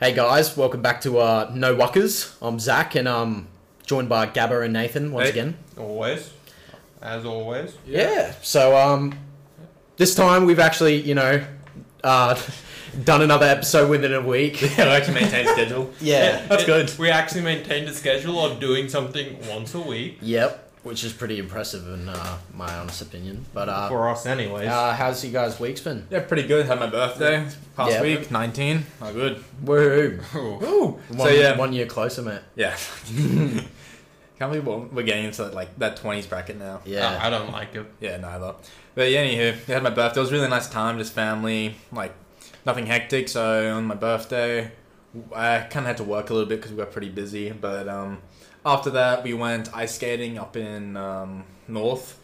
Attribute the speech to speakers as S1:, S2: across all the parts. S1: Hey guys, welcome back to uh, No Wuckers. I'm Zach, and um, joined by Gabba and Nathan once
S2: Hey.
S1: again.
S2: Always. As always.
S1: Yeah. So um, this time we've actually, you know, uh, done another episode within a week.
S2: Yeah, we actually maintain schedule.
S1: Yeah, that's good.
S2: We actually maintained a schedule of doing something once a week.
S1: Yep. Which is pretty impressive in uh, my honest opinion. But uh,
S2: For us, anyways.
S1: uh, how's you guys' weeks been?
S3: Yeah, pretty good. Had my birthday past
S1: Yeah.
S3: week, 19. Oh, good.
S1: Woohoo!
S3: Ooh.
S1: One,
S3: So, yeah.
S1: one year closer, mate.
S3: Yeah. Can't believe we're- we're getting into like that 20s bracket now.
S1: Yeah.
S2: Uh, I, I don't like it.
S3: Yeah, neither. But yeah, anywho, yeah, had my birthday. It was a really nice time, just family, like nothing hectic. So on my birthday, I kind of had to work a little bit because we got pretty busy. But um, after that, we went ice skating up in um, North.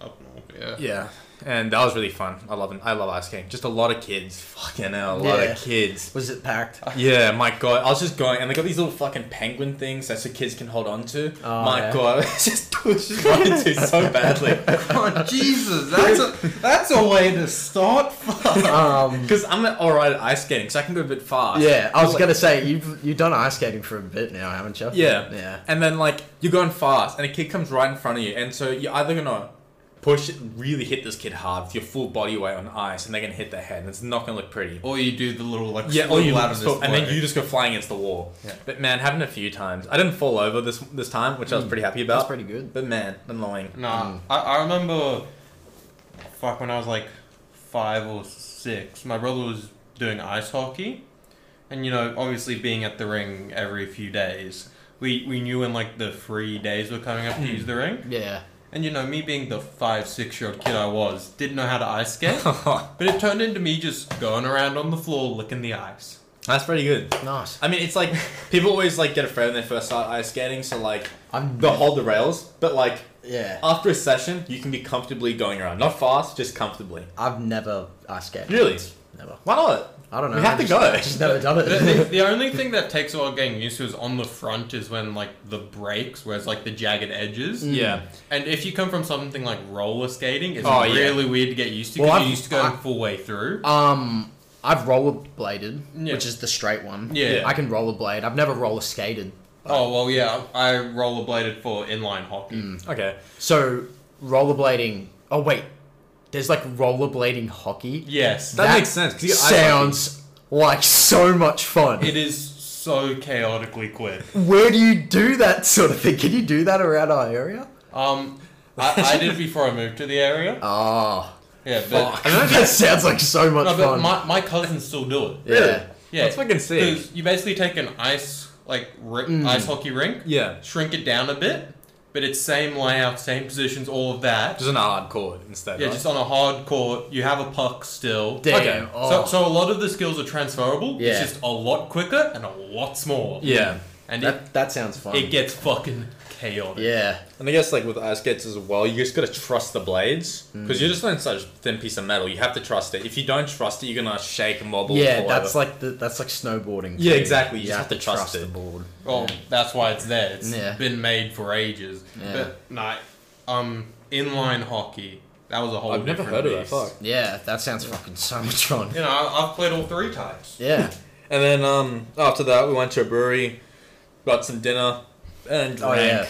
S2: Up north, yeah.
S3: Yeah, and that was really fun. I love I love ice skating. Just a lot of kids. Fucking hell, a lot
S1: Yeah.
S3: of kids.
S1: Was it packed?
S3: Yeah, my god, I was just going, and they got these little fucking penguin things that so kids can hold on to.
S1: Oh,
S3: my
S1: yeah.
S3: god, it's just it's just wanted to so badly.
S2: Oh, Jesus, that's a, that's a way to start.
S1: Um.
S3: Because I'm all right at ice skating, so I can go a bit fast.
S1: Yeah, I was
S3: Like-
S1: gonna say you've you've done ice skating for a bit now, haven't you?
S3: Yeah.
S1: Yeah.
S3: And then like you're going fast, and a kid comes right in front of you, and so you're either gonna push, really hit this kid hard with your full body weight on ice, and they're gonna hit their head, and it's not gonna look pretty.
S2: Or you do the little, like,
S3: Yeah, or you
S2: out of
S3: just fall,
S2: this
S3: and then
S2: way.
S3: you just go flying against the wall.
S2: Yeah.
S3: But man, having a few times, I didn't fall over this this time, which I was pretty happy about.
S1: That's pretty good.
S3: But man, annoying.
S2: Nah,
S1: Mm.
S2: I, I remember, fuck, when I was like five or six, my brother was doing ice hockey, and you know, obviously being at the ring every few days, we we knew when like the free days were coming up to use the ring,
S1: Yeah.
S2: and you know, me being the five six year old kid I was, didn't know how to ice skate,
S3: That's
S2: but it turned into me just going around on the floor licking the ice.
S3: pretty good.
S1: Nice.
S3: I mean, it's like people always like get afraid when they first start ice skating, so like
S1: I'm
S3: they'll hold the rails, but like
S1: Yeah.
S3: after a session, you can be comfortably going around, not fast, just comfortably.
S1: I've never ice skated.
S3: Really?
S1: Never.
S3: Why not?
S1: I don't know.
S3: We have
S1: I
S3: to
S1: just,
S3: go.
S1: I've just never done
S2: The, the,
S1: it.
S2: the only thing that takes a while getting used to is on the front is when like the breaks, where it's like the jagged edges.
S3: Yeah.
S2: And if you come from something like roller skating, it's
S3: Oh, yeah.
S2: really weird to get used to
S1: Well,
S2: because
S1: I've-
S2: you're used to going
S1: I-
S2: full way through.
S1: um, I've rollerbladed,
S2: Yeah.
S1: which is the straight one.
S2: Yeah.
S1: I can rollerblade. I've never roller skated.
S2: oh well, yeah, I rollerbladed for inline hockey.
S3: Okay.
S1: So rollerblading. Oh wait, there's like rollerblading hockey.
S2: Yes,
S3: That makes sense, 'cause you ice hockey.
S1: sounds like so much fun.
S2: it is so chaotically quick.
S1: Where do you do that sort of thing? Can you do that around our area?
S2: Um, I, I did it before I moved to the area.
S1: Oh,
S2: Yeah, but,
S3: Fuck.
S1: that sounds like so much
S2: no, but
S1: fun.
S2: my my cousins still do it.
S1: yeah.
S3: Really?
S2: Yeah,
S3: That's fucking sick.
S2: 'Cause You basically take an ice like ri- ice hockey rink,
S3: Yeah.
S2: shrink it down a bit, but it's same layout, same positions, all of that.
S3: Just an hard chord instead.
S2: Yeah,
S3: right?
S2: just on a hard court. You have a puck still.
S1: Damn.
S3: Okay.
S1: Oh.
S2: So, so a lot of the skills are transferable.
S1: Yeah.
S2: It's just a lot quicker and a lot smaller.
S3: yeah.
S2: And
S1: Oh, that, that sounds fun.
S2: it, it gets fucking chaotic.
S1: yeah.
S3: And I guess like with ice skates as well, you just gotta trust the blades
S1: Mm.
S3: because you're just on such a thin piece of metal. You have to trust it. If you don't trust it, you're gonna shake and wobble.
S1: Yeah,
S3: and fall
S1: that's
S3: over.
S1: like the, that's like snowboarding.
S3: Yeah,
S1: too.
S3: exactly, you just have to trust it.
S1: the board.
S2: Well, that's why it's there. It's
S1: Yeah.
S2: been made for ages.
S1: Yeah.
S2: But no, um, inline hockey. That was a whole.
S3: I've never
S2: different
S3: heard of that.
S2: beast.
S3: Fuck.
S1: Yeah, that sounds fucking so much fun.
S2: You know, I- I've played all three types.
S1: Yeah.
S3: And then um, after that, we went to a brewery, got some dinner, and
S1: Oh yeah.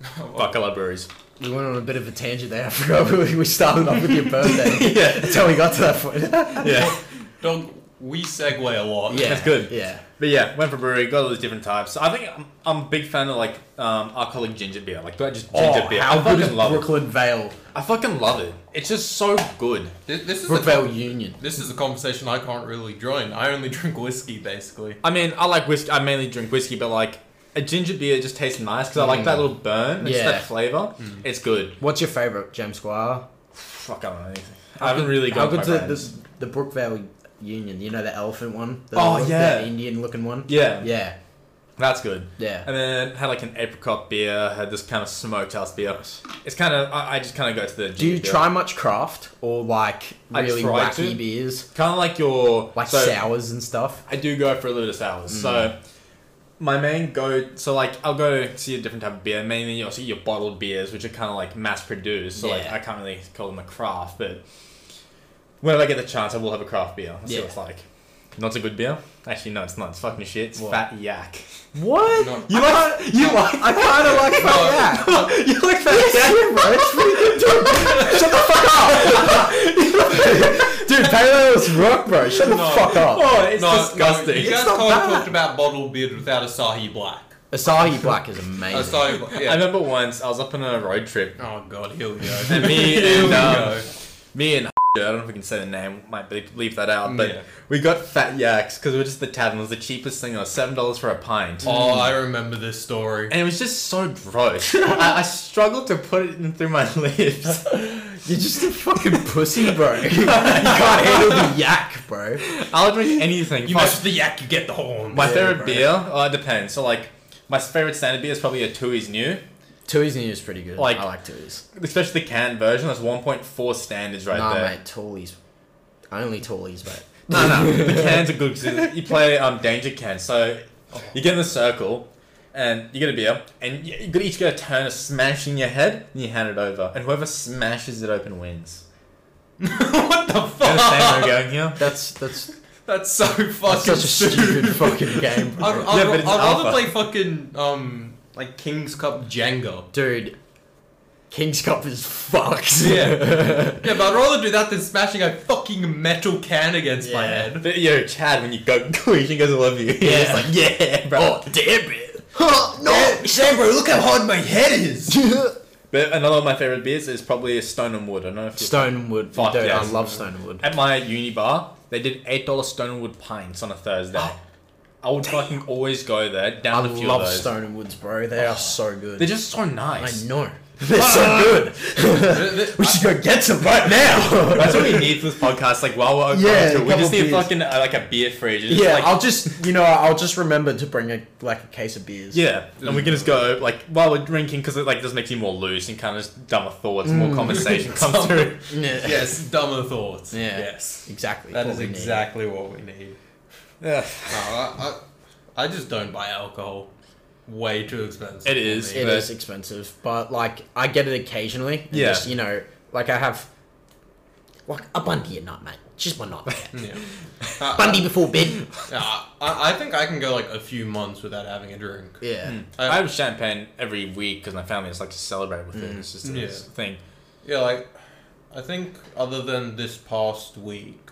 S3: drank. Fuck, I love breweries.
S1: We went on a bit of a tangent there. I forgot we, we started off with your birthday.
S3: yeah,
S1: That's how we got to that point.
S3: yeah,
S2: Dog, we segue a lot.
S1: yeah.
S3: That's good.
S1: Yeah.
S3: but yeah, went for brewery, got all these different types. I think I'm, I'm a big fan of like um, alcoholic ginger beer, like do I just ginger
S1: oh,
S3: beer.
S1: how
S3: I
S1: good is
S3: fucking love it.
S1: Brooklyn Vale?
S3: I fucking love it. It's just so good.
S2: This, this is a,
S1: Brook Vale
S2: con-
S1: Union.
S2: this is a conversation I can't really join. I only drink whiskey, basically.
S3: I mean, I like whiskey. I mainly drink whiskey, but like a ginger beer just tastes nice because I like that little burn. It's
S1: Mm. Yeah. Mm.
S3: that flavor. It's good.
S1: What's your favorite, James Squire?
S3: Fuck, I don't know anything. I haven't really
S1: How
S3: gone.
S1: good's
S3: by
S1: the,
S3: brands.
S1: the the Brook Vale Union? You know the elephant one. The,
S3: Oh, yeah.
S1: The Indian looking one.
S3: Yeah,
S1: Yeah.
S3: that's good.
S1: Yeah.
S3: And then had like an apricot beer. Had this kind of smoked house beer. It's kind of I, I just kind of go to the.
S1: Do you try much craft or like
S3: I
S1: really
S3: try
S1: wacky
S3: to.
S1: beers,
S3: Kind of like your
S1: like Mm.
S3: so-
S1: sours and stuff?
S3: I do go for a little sours. So my main go, so like I'll go see a different type of beer. Mainly you'll see your bottled beers, which are kind of like mass produced. So like
S1: Yeah.
S3: I can't really call them a craft, but whenever I get the chance, I will have a craft beer. Let's see
S1: Yeah.
S3: what it's like. Not a good beer. Actually, no, it's not. It's fucking shit. It's
S1: What?
S3: fat yak.
S1: What?
S2: No.
S1: You like? You like? I kind of like
S2: Fat
S1: Yak. you like Fat Yak, bro? It's pretty- Dude, shut the fuck up. Dude, parallels rock, bro. Shut the
S2: No.
S1: fuck up.
S3: Oh, it's
S2: no,
S3: disgusting.
S2: No, you
S1: It's
S2: guys
S1: not
S2: can't
S1: bad.
S2: talk about bottled beer without Asahi Black.
S1: Asahi Black is amazing.
S2: Asahi Black.
S3: I
S2: Yeah.
S3: remember once I was up on a road trip.
S2: Oh god, here we go.
S3: And me
S2: Here
S3: and,
S2: we
S3: um,
S2: go.
S3: Me and I don't know if we can say the name. Might be- leave that out. But
S2: Yeah.
S3: we got fat yaks because we were just the tavern. It was the cheapest thing. It was seven dollars for a pint.
S2: Oh, I remember this story.
S3: And it was just so gross. I, I struggled to put it in through my lips.
S1: You're just a fucking pussy, bro. You can't handle the yak, bro.
S3: I'll drink anything.
S2: You
S3: Fuck.
S2: mess with the yak, you get the horn.
S3: My
S1: Yeah,
S3: favorite
S1: bro.
S3: beer, oh, it depends. So like, my favorite standard beer is probably a two is new,
S1: Tui's new is pretty good.
S3: Like-
S1: I like Tui's.
S3: especially the canned version. That's one point four standards right
S1: nah,
S3: there.
S1: mate, Tully's. Only Tully's, mate.
S3: No, no, the cans are good because you play um danger can. So you get in the circle, and you get a beer, and you, you could each get a turn of smashing your head, and you hand it over, and whoever smashes it open wins.
S2: what the
S3: You understand
S2: fuck?
S3: where I'm going here?
S1: That's that's,
S2: That's so fucking
S1: that's such a stupid
S2: stupid.
S1: fucking game,
S2: I'd,
S1: bro.
S2: I'd,
S3: Yeah, but it's
S2: I'd rather
S3: alpha.
S2: play fucking um like King's Cup Jenga.
S1: Dude, King's Cup is fucked.
S2: Yeah. Yeah, but I'd rather do that than smashing a fucking metal can against my
S1: Yeah.
S2: head.
S3: But, yo, Chad, when you go, she goes, "I love you." Yeah,
S1: Yeah.
S3: like, yeah, bro.
S1: Oh damn it!
S2: Yeah, Sam, bro, look how hard my head is.
S1: no.
S3: But another one of my favorite beers is probably a Stone and Wood. I don't know if you
S1: Stone and wood.
S3: Fuck
S1: Dude,
S3: yes.
S1: I love stone and wood.
S3: At my uni bar, they did eight dollar Stonewood pints on a Thursday. I would fucking always go there.
S1: Oh. I
S3: Down a few
S1: love
S3: of those.
S1: stone and woods, bro. They are so good.
S3: They're just so
S1: I
S3: nice.
S1: know. They're so good. we should go get some right now.
S3: That's what we need for this podcast. Like while we're
S1: Yeah,
S3: yeah,
S1: a
S3: we just
S1: couple
S3: need
S1: beers.
S3: fucking uh, like a beer fridge. It's
S1: Yeah,
S3: like,
S1: I'll just you know I'll just remember to bring a like a case of beers.
S3: yeah. And we can just go like while we're drinking because it like just makes you more loose and kind of dumber thoughts,
S1: Mm.
S3: more conversation comes through.
S1: Yeah.
S2: yes, dumber thoughts.
S1: Yeah.
S2: Yes.
S1: Exactly.
S2: That
S1: what
S2: is
S1: we need.
S2: exactly what we need.
S3: Yeah.
S2: No, I, I, I just don't buy alcohol. Way too expensive.
S3: It
S2: for
S3: is.
S2: me.
S1: It
S3: But-
S1: is expensive, but like I get it occasionally. and
S3: Yeah.
S1: Just, you know, like I have like a bundy at night, mate. Just one night.
S2: Yeah. Uh,
S1: bundy before bed.
S2: uh, I, I think I can go like a few months without having a drink.
S1: Yeah.
S3: I have champagne every week because my family just like to celebrate with it. It's just a
S2: Yeah.
S3: thing.
S2: Yeah, like I think other than this past week,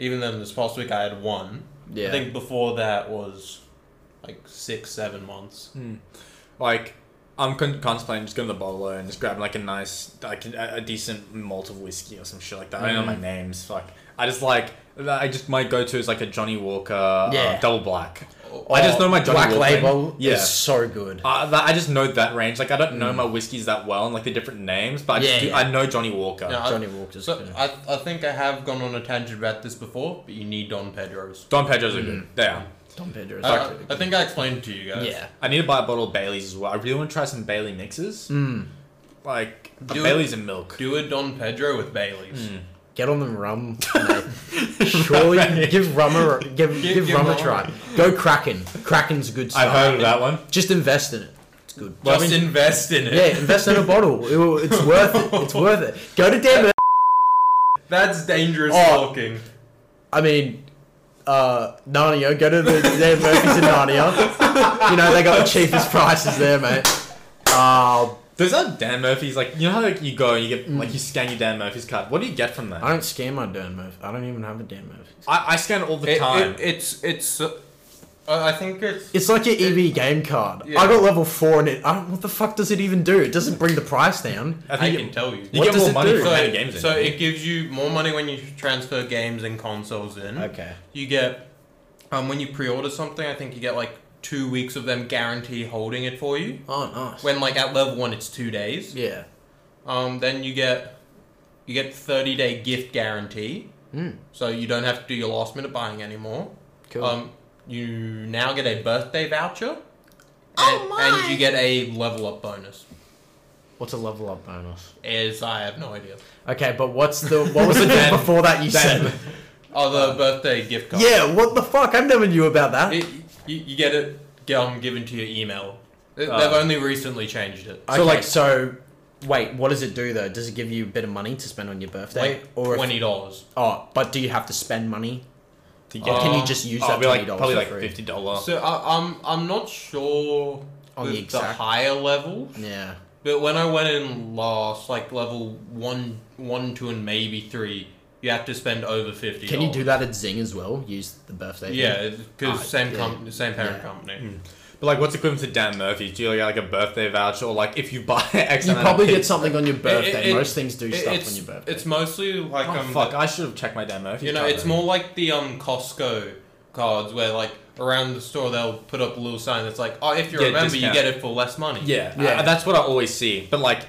S2: even then this past week I had one.
S1: Yeah.
S2: I think before that was like six, seven months.
S1: Hmm,
S3: Like I'm con- contemplating just going to the bottle and just grabbing like a nice, like a, a decent malt of whiskey or some shit like that. I don't know
S1: Mm.
S3: my names. Fuck. I just like I just my go to is like a Johnny Walker uh,
S1: Yeah.
S3: double black.
S2: Oh,
S3: I just know my Johnny
S1: Black
S3: Walker.
S1: Label
S3: Yeah.
S1: is so good.
S3: Uh, that, I just know that range. Like I don't know my whiskeys that well and like the different names, but I, just
S1: Yeah,
S3: do,
S1: yeah.
S3: I know Johnny Walker.
S2: Yeah.
S1: Johnny Walker's
S2: uh, So
S1: good.
S2: I, I think I have gone on a tangent about this before, but you need Don Pedro's.
S3: Don Pedro's are
S1: Mm.
S3: good. They are.
S1: Don Pedro's.
S2: Uh, I think I explained it to you guys.
S1: yeah.
S3: I need to buy a bottle of Bailey's as well. I really want to try some Bailey mixes.
S1: Mm.
S3: Like but
S2: Do it.
S3: Bailey's and milk.
S2: Do a Don Pedro with Bailey's.
S1: Hmm. Get on the rum. mate. Surely give rum a give, give,
S2: give
S1: rum a
S2: rum a-
S1: try. Go Kraken. Kraken's a good stuff.
S3: I've heard of that one.
S1: Just invest in it. It's good.
S2: Just invest in it.
S1: Yeah, invest in a bottle. It will- it's worth it. It's worth it. Go to damn.
S2: That's dangerous
S1: Oh.
S2: talking.
S1: I mean, uh, Narnia. Go to the damn Murphy's in Narnia. You know they got the cheapest prices there, mate. Uh,
S3: There's that Dan Murphy's like you know how like you go and you get like you
S1: Mm.
S3: scan your Dan Murphy's card. What do you get from that?
S1: I
S3: I,
S1: don't scan my damn Murphy. I don't even have a damn Murphy.
S3: I scan all the
S2: It-
S3: time.
S2: it- it's it's. Uh, I think it's.
S1: It's like your EV game card.
S2: Yeah.
S1: I got level four in it. I don't, what the fuck does it even do? It doesn't bring the price down.
S3: I
S2: I
S3: think
S2: can
S3: it,
S2: tell you.
S3: you
S1: What
S3: get
S1: does
S3: more
S1: it
S3: money
S1: do?
S3: for
S2: So,
S3: having games in.
S2: so it gives you more money when you transfer games and consoles in.
S1: Okay.
S2: You get um, when you pre-order something, I think you get like two weeks of them guarantee holding it for you.
S1: Oh, nice.
S2: When like at level one, it's two days.
S1: yeah.
S2: Um, then you get you get thirty day gift guarantee,
S3: Hmm.
S1: Mm,
S2: so you don't have to do your last minute buying anymore.
S1: cool.
S2: Um, you now get a birthday voucher.
S1: Oh
S2: and,
S1: my.
S2: and you get a level up bonus.
S1: what's a level up bonus?
S2: Is I have no idea.
S1: Okay, but what's the what was the thing
S3: Dan-
S1: before that you
S3: Dan-
S1: said?
S2: Oh, the birthday gift card.
S1: Yeah. What the fuck? I never knew about that.
S2: It, you, you get it get, um, given to your email. They- They've
S3: Ah.
S2: only recently changed it.
S1: Uh. So like so wait, what does it do though? Does it give you a bit of money to spend on your birthday?
S2: Like
S1: or if-
S2: twenty dollars.
S1: oh, but do you have to spend money?
S3: to
S1: Or
S3: get.
S2: Uh,
S1: can you just use
S3: Oh,
S1: that
S3: it'd be like
S1: twenty dollars
S3: probably like
S1: for free?
S3: fifty dollars.
S2: So I, I'm I'm not sure
S1: On
S2: with
S1: the
S2: the,
S1: exact-
S2: higher levels,
S1: Yeah.
S2: but when I went in last, like level one, one, two, and maybe three, you have to spend over fifty.
S1: Can you do that at Zing as well? Use the birthday. thing?
S2: Yeah, because
S1: Ah,
S2: same
S1: yeah.
S2: com- same parent
S1: Yeah. Hmm.
S2: company.
S3: But like, what's equivalent to Dan Murphy's? Do you get like a birthday voucher or like if you buy X?
S1: You
S3: amount of
S1: probably get
S3: pizza-
S1: something on your birthday.
S2: it-
S1: Most things do
S2: It-
S1: stuff
S2: it's,
S1: on your birthday.
S2: It's mostly like
S3: Oh,
S2: um,
S3: fuck! I should have checked my Dan Murphy's.
S2: you know,
S3: card
S2: it's
S3: then.
S2: more like the um Costco cards where like around the store they'll put up a little sign that's like, oh, if you
S3: Yeah,
S2: remember,
S3: discount.
S2: you get it for less money.
S3: Yeah,
S1: Yeah.
S3: I- that's what I always see. But like,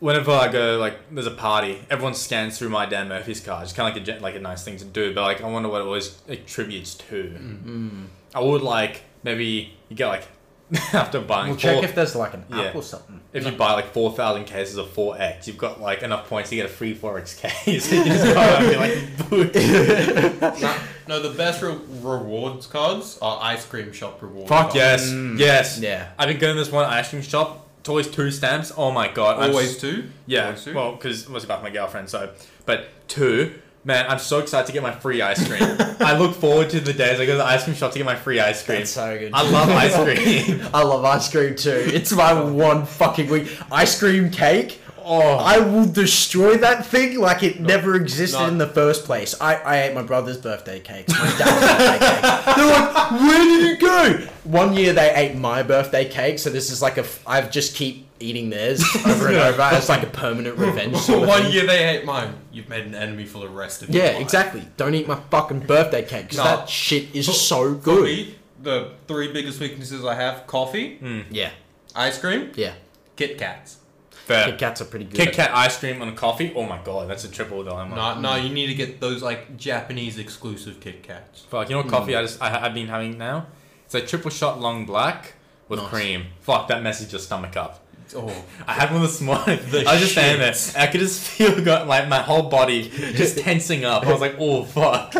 S3: whenever I go, like, there's a party, everyone scans through my Dan Murphy's card. It's kind of like a gen- like a nice thing to do. But like, I wonder what it always attributes to.
S1: Mm.
S3: I would like maybe you get like after buying
S1: we'll
S3: four,
S1: check if there's like an
S3: Yeah.
S1: app or something.
S3: if you buy like four thousand cases of four X, you've got like enough points to get a free four X case. you just go out and be like, "Boo."
S2: No, no, the best re- rewards cards are ice cream shop rewards.
S3: fuck yes, yes,
S1: Mm. Yeah.
S3: I've been going to this one ice cream shop. It's always two stamps. Oh my god! I'm
S2: Always two.
S3: Yeah,
S2: Always two.
S3: well, because it was about my girlfriend, so. But two, man, I'm so excited to get my free ice cream. I look forward to the days I go to the ice cream shop to get my free ice cream.
S1: That's so good.
S3: I love ice cream.
S1: I love ice cream too. It's my one fucking week. Ice cream cake.
S3: oh,
S1: I will destroy that thing like it never existed
S2: no.
S1: in the first place. I, I ate my brother's birthday cakes, my dad's birthday cakes. They're like, where did you go? One year they ate my birthday cake, so this is like a. F- I've just keep eating theirs over and over. It's like a permanent revenge. Sort of
S2: One
S1: thing.
S2: year they hate mine. You've made an enemy for the rest of your
S1: Yeah,
S2: life.
S1: exactly. Don't eat my fucking birthday cake 'cause
S2: No.
S1: that shit is so
S2: For
S1: good. Hmm.
S2: me, the three biggest weaknesses I have: coffee,
S1: Yeah,
S2: ice cream,
S1: yeah.
S2: Kit Kats.
S3: fair.
S1: Kit Kats are pretty good.
S3: Kit Kat ice cream on coffee. Oh my god, that's a triple dilemma.
S2: No, no, you need to get those like Japanese exclusive Kit Kats.
S3: Fuck, you know what
S1: Hmm.
S3: coffee I just I, I've been having now? It's a triple shot long black with
S1: Nice.
S3: cream. Fuck, that messes your stomach up.
S2: Oh,
S3: I had one this morning.
S2: The
S3: I was just standing there. I could just feel got, like my whole body just tensing up. I was like, oh fuck.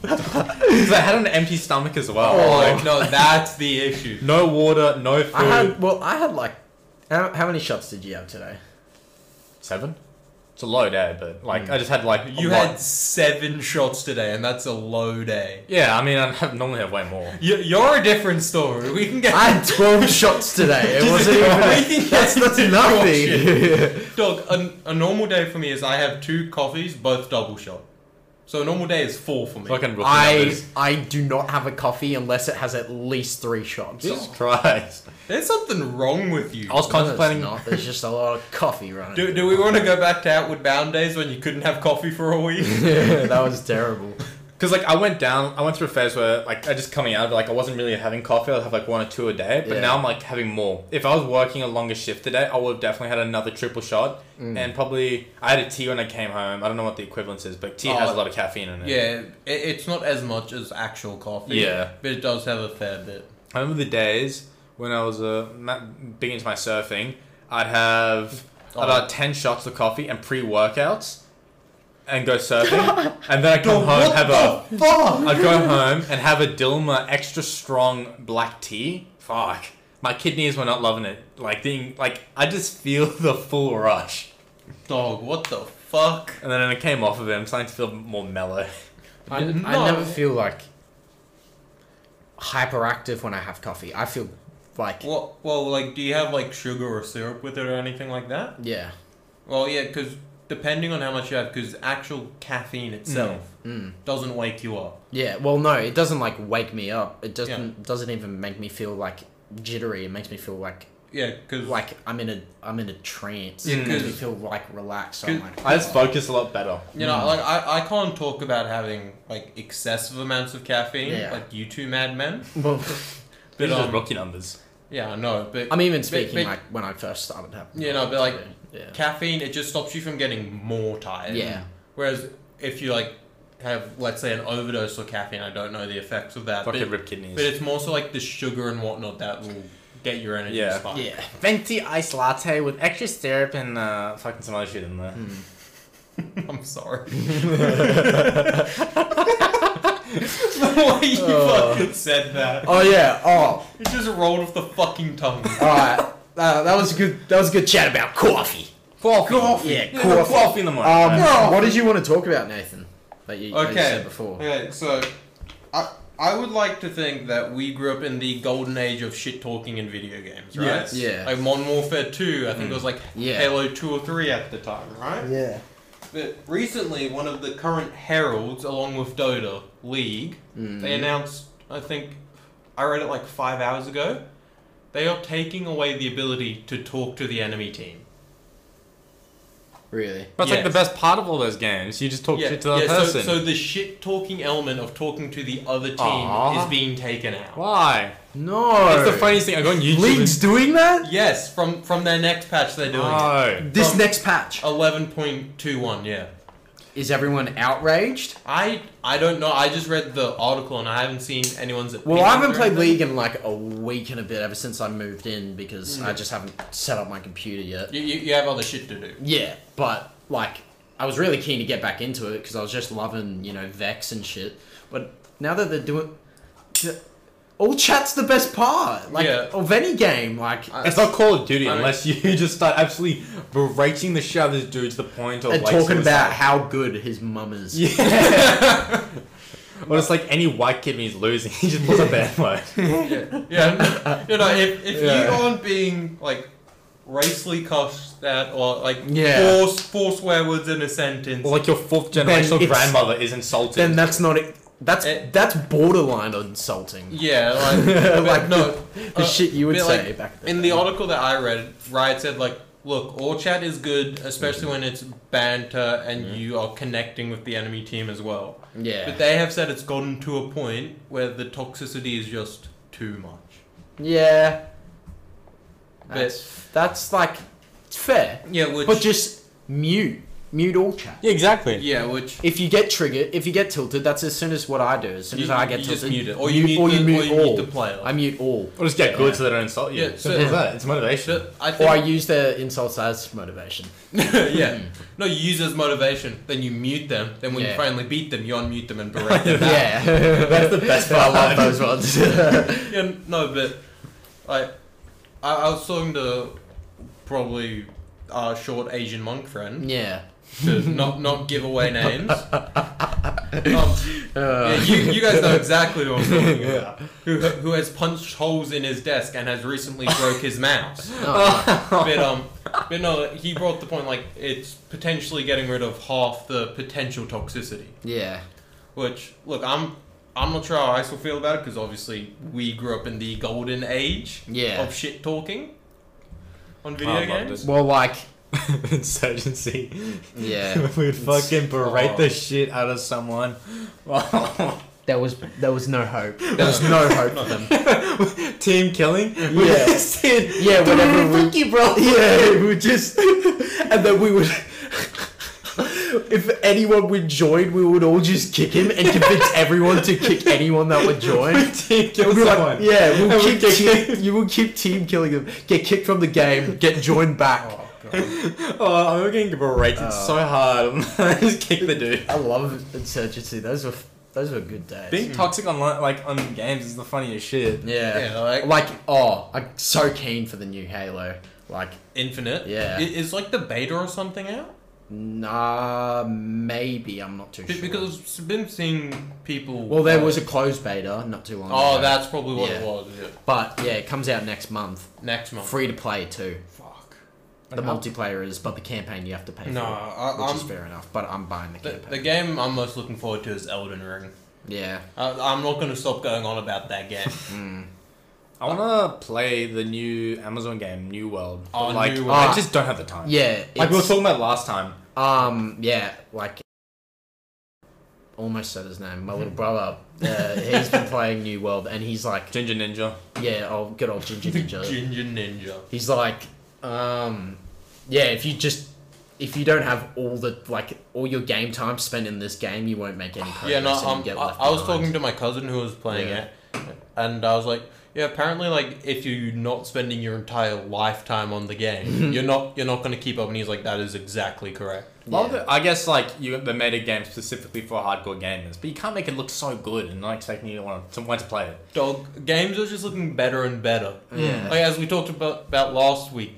S3: Because I had an empty stomach as well.
S1: Oh.
S3: Like,
S2: Oh, no, that's the issue.
S3: no water, no food.
S1: I had well, I had like. How, how many shots did you have today?
S3: seven. It's a low day, but like I just had like a
S2: You
S3: lot.
S2: had seven shots today, and that's a low day.
S3: Yeah, I mean I have, normally have way more.
S2: You- You're a different story. We can get
S1: I had 12 shots today. It wasn't even.
S2: We can
S1: That's,
S2: get
S1: that's
S2: into your shit.
S1: nothing.
S2: Dog, a, a normal day for me is I have two coffees, both double shot. So a normal day is four for me.
S3: Fucking rookie
S1: I,
S3: numbers.
S1: I do not have a coffee unless it has at least three shots.
S3: Jesus Christ.
S2: There's something wrong with you.
S3: I was
S1: No, there's
S3: contemplating.
S1: not. There's just a lot of coffee running.
S2: Do, do we want to go back to Outward Bound days when you couldn't have coffee for a week?
S1: Yeah, that was terrible.
S3: Cause like I went down, I went through a phase where like I just coming out of it, like I wasn't really having coffee. I'd have like one or two a day, but
S1: Yeah.
S3: now I'm like having more. If I was working a longer shift today, I would have definitely had another triple shot, and probably I had a tea when I came home. I don't know what the equivalence is, but tea has a
S2: Oh,
S3: lot of caffeine in it.
S2: yeah, it, it's not as much as actual coffee.
S3: Yeah.
S2: But it does have a fair bit.
S3: I remember the days when I was uh, ma- big into my surfing. I'd have
S2: Oh.
S3: about ten shots of coffee and pre workouts, and go surfing, and then I
S1: Dog,
S3: come home
S1: what
S3: have a.
S1: the fuck?
S3: I'd go home and have a Dilma extra strong black tea. Fuck. My kidneys were not loving it. Like the like I just feel the full rush.
S2: Dog, what the fuck?
S3: And then when it came off of it, I'm starting to feel more mellow.
S1: I,
S2: No.
S1: I never feel like hyperactive when I have coffee. I feel like.
S2: Well, well, like, do you have like sugar or syrup with it or anything like that?
S1: Yeah.
S2: Well, yeah, because depending on how much you have, because actual caffeine itself doesn't wake you up.
S1: Yeah, well, no, it doesn't like wake me up. It doesn't doesn't even make me feel like jittery. It makes me feel like
S2: Yeah, because
S1: like I'm in a I'm in a trance.
S2: Yeah,
S1: It makes me
S2: 'cause-
S1: feel like relaxed. So I'm
S2: Cause-
S1: like,
S3: I just focus a lot better.
S2: You know, like I, I can't talk about having like excessive amounts of caffeine,
S1: Yeah.
S2: like you two madmen.
S1: well,
S2: But
S3: These are
S2: um,
S3: rookie numbers.
S2: yeah, I know. But
S1: I'm even
S2: but-
S1: speaking
S2: but
S1: like when I first started having.
S2: Yeah, no, but, like,
S1: yeah,
S2: caffeine, it just stops you from getting more tired.
S1: Yeah.
S2: Whereas if you like have, let's say, an overdose of caffeine, I don't know the effects of that. But,
S3: Fucking rip
S2: but
S3: kidneys.
S2: it's more so like the sugar and whatnot that will get your energy
S3: Yeah.
S2: spike.
S1: yeah.
S3: Venti iced latte with extra syrup and uh, fucking some other shit in there.
S2: I'm sorry. the way you
S1: Oh.
S2: fucking said that,
S1: Oh yeah. Oh,
S2: it just rolled off the fucking tongue.
S1: all right. Uh, that was a good. That was a good chat about coffee.
S3: Coffee.
S1: Yeah,
S3: Yeah, coffee.
S1: coffee.
S3: in the morning.
S1: Um,
S3: right?
S1: what did you want to talk about, Nathan? Like you, like you
S2: Okay.
S1: said before.
S2: Okay, so I I would like to think that we grew up in the golden age of shit talking in video games, right?
S3: Yes.
S1: Yeah.
S2: Like Modern Warfare 2, I think
S1: Mm.
S2: it was like
S1: Yeah.
S2: Halo 2 or 3 at the time, right?
S4: Yeah.
S2: But recently, one of the current heralds, along with Dota League, they announced, I think, I read it like five hours ago, they are taking away the ability to talk to the enemy team.
S1: Really?
S3: That's like
S2: Yes.
S3: the best part of all those games. You just talk shit to the other
S2: so,
S3: person.
S2: so the shit talking element of talking to the other team
S3: Aw.
S2: is being taken out.
S3: Why?
S1: No.
S3: That's the funniest thing. I go on YouTube.
S1: League's doing that?
S2: Yes, from from their next patch they're
S3: and,
S2: doing
S3: no.
S1: This
S2: From-
S1: next patch.
S2: it. Eleven point two one, yeah.
S1: Is everyone outraged?
S2: I I don't know. I just read the article and I haven't seen anyone's.
S1: Well,
S2: opinion
S1: I haven't
S2: or
S1: played
S2: anything.
S1: League in like a week and a bit ever since I moved in because I just haven't set up my computer yet.
S2: You, you, you have other shit to do.
S1: Yeah, but like I was really keen to get back into it because I was just loving you know Vex and shit. But now that they're doing, all chat's the best part. Like
S2: Yeah.
S1: of any game, like
S3: It's not Call of Duty
S2: I mean-
S3: unless you just start absolutely berating the shit out of this dude to the point of
S1: and
S3: like
S1: talking about
S3: suicide.
S1: how good his mum is.
S3: Yeah. or it's like any white kid he's losing, he just puts a bad word.
S2: Yeah, yeah. you know, if, if you
S3: Yeah.
S2: aren't being like racially cussed at or like
S1: Yeah.
S2: force four swear words in a sentence,
S3: or like your fourth generational
S1: it's-
S3: grandmother is insulted.
S1: Then that's not it. That's
S2: It-
S1: that's borderline insulting.
S2: Yeah, like,
S1: Like
S2: like no,
S1: the shit you would
S2: but,
S1: say
S2: like,
S1: back in the
S2: in the
S1: day.
S2: article that I read. Riot said like, look, all chat is good, especially when it's banter and you are connecting with the enemy team as well.
S1: Mm-hmm. Yeah.
S2: But they have said it's gotten to a point where the toxicity is just too much.
S1: Yeah.
S2: But-
S1: That's, that's like it's fair.
S2: Yeah, which
S1: But just mute. Mute all chat.
S3: yeah, exactly.
S2: yeah, which
S1: If you get triggered, if you get tilted, that's as soon as what I do. As soon
S2: You-
S1: as I get
S2: you
S1: tilted,
S2: just mute it. Or you mute the- or you mute the player.
S1: I mute all.
S3: Or just get good so they don't insult you.
S2: Yeah,
S3: Simple
S2: so-
S3: as that. It's motivation.
S2: but I
S1: Or I
S2: think
S1: use their insults as motivation.
S2: yeah, no, you use it as motivation. Then you mute them. Then when you
S1: Hmm. Yeah.
S2: finally beat them, you unmute them and berate them.
S1: Yeah, that's the best part. I love those ones.
S2: Yeah, no, but like, I, I was talking to probably our short Asian monk friend
S1: yeah.
S2: to not not give away names. Um,
S1: Uh.
S2: yeah, you, you guys know exactly what I'm talking about. Who who has punched holes in his desk and has recently broke his mouse.
S1: Oh,
S2: But um, but no, he brought the point like it's potentially getting rid of half the potential toxicity.
S1: Yeah.
S2: Which look, I'm I'm not sure how I still feel about it because obviously we grew up in the golden age
S1: Yeah.
S2: of shit talking on video
S3: I loved
S2: games.
S3: it.
S1: Well, like,
S3: Insurgency.
S1: yeah.
S3: We'd fucking berate
S2: oh.
S3: the shit out of someone.
S1: There was there was no hope. There was no hope for them.
S3: Team killing?
S1: Yeah. Yeah, whenever we-
S3: Fuck you, bro.
S1: Yeah, we would just, and then we would. If anyone would join, we would all just kick him and convince everyone to kick anyone that would join.
S3: Team kill
S1: We'd be like,
S3: someone.
S1: yeah, we'll
S3: And we
S1: keep
S3: kick
S1: team, you will keep team killing them. Get kicked from the game. Get joined back.
S3: Oh, I'm getting berated so hard. I just kick the dude.
S1: I love insurgency. Those were those were good days.
S3: Being toxic online, like on games, is the funniest shit.
S1: yeah.
S2: Yeah, like-
S1: like oh, I'm so keen for the new Halo. Like
S2: Infinite.
S1: Yeah.
S2: I- Is like the beta or something out?
S1: nah, maybe I'm not too
S2: Be-
S1: sure.
S2: Because I've been seeing people.
S1: well, there was a closed beta not too long.
S2: Oh,
S1: ago.
S2: that's probably what it
S1: Yeah.
S2: was. yeah.
S1: But yeah, it comes out next month.
S2: Next month.
S1: Free to play too.
S2: Fuck.
S1: The
S3: Okay.
S1: multiplayer is, but the campaign you have to pay
S2: No,
S1: for,
S2: I-
S1: which is
S2: I'm-
S1: fair enough. But I'm buying the
S2: The,
S1: campaign.
S2: the game I'm most looking forward to is Elden Ring.
S1: yeah,
S2: I, I'm not going to stop going on about that game.
S3: I want to play the new Amazon game, New World.
S2: Oh,
S3: but, like,
S2: New
S1: World.
S3: I just don't have the time.
S1: yeah.
S3: Like we were
S1: it's-
S3: talking about last time.
S1: Um, yeah, like almost said his name. My little brother, uh, he's been playing New World, and he's like,
S3: Ginger Ninja.
S1: yeah, oh, good old Ginger Ninja.
S2: Ginger Ninja.
S1: He's like, um, yeah, if you just if you don't have all the like all your game time spent in this game, you won't make any progress.
S2: Yeah, no,
S1: and you
S2: um, I,
S1: get left
S2: I was
S1: behind.
S2: talking to my cousin who was playing
S1: Yeah.
S2: it, and I was like, "Yeah, apparently, like, if you're not spending your entire lifetime on the game, you're not you're not gonna keep up." And he's like, "That is exactly correct."
S3: Well,
S1: Yeah.
S3: I guess like you, they made a game specifically for hardcore gamers, but you can't make it look so good and not expecting you to want to, want to play it.
S2: Dog games are just looking better and better.
S1: Yeah.
S2: Like as we talked about, about last week,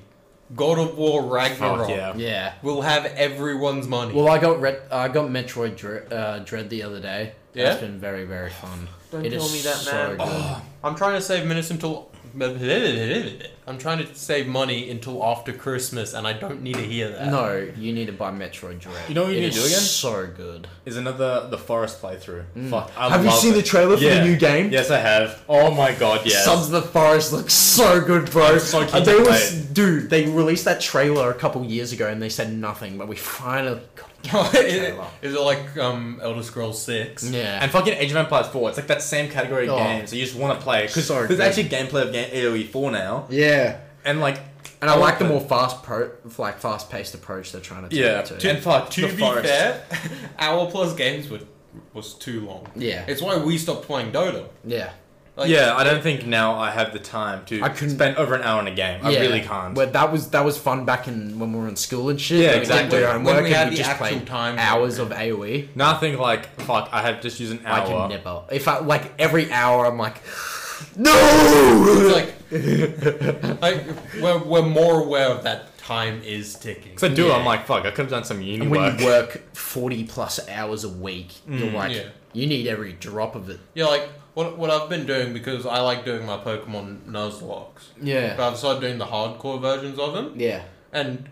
S2: God of War Ragnarok.
S3: Fuck yeah.
S1: Yeah.
S2: Will have everyone's money.
S1: Well, I got Red, I got Metroid Dread, uh, Dread the other day.
S2: Yeah?
S1: It's been very very fun.
S2: Don't
S1: It
S2: tell
S1: is
S2: me that,
S1: so
S2: man.
S1: good.
S3: Oh.
S2: I'm trying to save minutes until. I'm trying to save money until after Christmas, and I don't need to hear that.
S1: No, you need to buy Metroid Dread.
S3: You know what you
S1: It
S3: need to
S1: is
S3: do again?
S1: So good.
S3: Is another the forest playthrough. Fuck, I
S1: Have you
S3: love
S1: seen
S3: it.
S1: the trailer for the
S3: Yeah.
S1: new game?
S3: Yes, I have. Oh my god, yes.
S1: Sons of the Forest looks so good, bro.
S3: I'm so keen
S1: And
S3: to
S1: they
S3: play
S1: was, dude, they released that trailer a couple years ago and they said nothing, but we finally got
S2: is,
S1: the
S2: it,
S1: trailer.
S2: is it like um, Elder Scrolls Six?
S1: Yeah.
S3: And fucking Age of Empires 4, it's like that same category of
S1: Oh.
S3: games that you just want to play. Because
S1: So
S3: there's
S1: good.
S3: actually gameplay of game- AoE 4 now.
S1: yeah.
S3: And like.
S1: And I like the
S3: it.
S1: more fast pro, like fast paced approach they're trying to take
S3: Yeah.
S1: it to.
S3: To- And fuck,
S2: To
S3: the
S2: be
S3: forest.
S2: fair, hour plus games were, was too long.
S1: Yeah.
S2: It's why we stopped playing Dota.
S1: yeah.
S2: Like,
S3: yeah, I don't think now I have the time to
S1: I couldn't-
S3: spend over an hour in a game. I
S1: Yeah.
S3: really can't.
S1: Well, that was that was fun back in when we were in school and shit.
S3: Yeah,
S1: and we didn't
S3: exactly.
S1: Do our own
S2: When
S1: work
S2: we
S1: and
S2: had
S1: we
S2: the
S1: just
S2: actual
S1: played
S2: time.
S1: hours of AOE.
S3: Nothing like, fuck, I have just used an hour.
S1: I can never. If I like every hour, I'm like, no.
S2: It's like, like we're, we're more aware of that time is ticking.
S3: Because I do,
S1: Yeah.
S3: I'm like, fuck, I could have done some uni
S1: And when
S3: work.
S1: you work 40 plus hours a week, you're like,
S2: yeah.
S1: you need every drop of it.
S2: Yeah, like what what I've been doing because I like doing my Pokemon Nuzlocks. But
S1: Yeah.
S2: I've started doing the hardcore versions of them,
S1: Yeah.
S2: and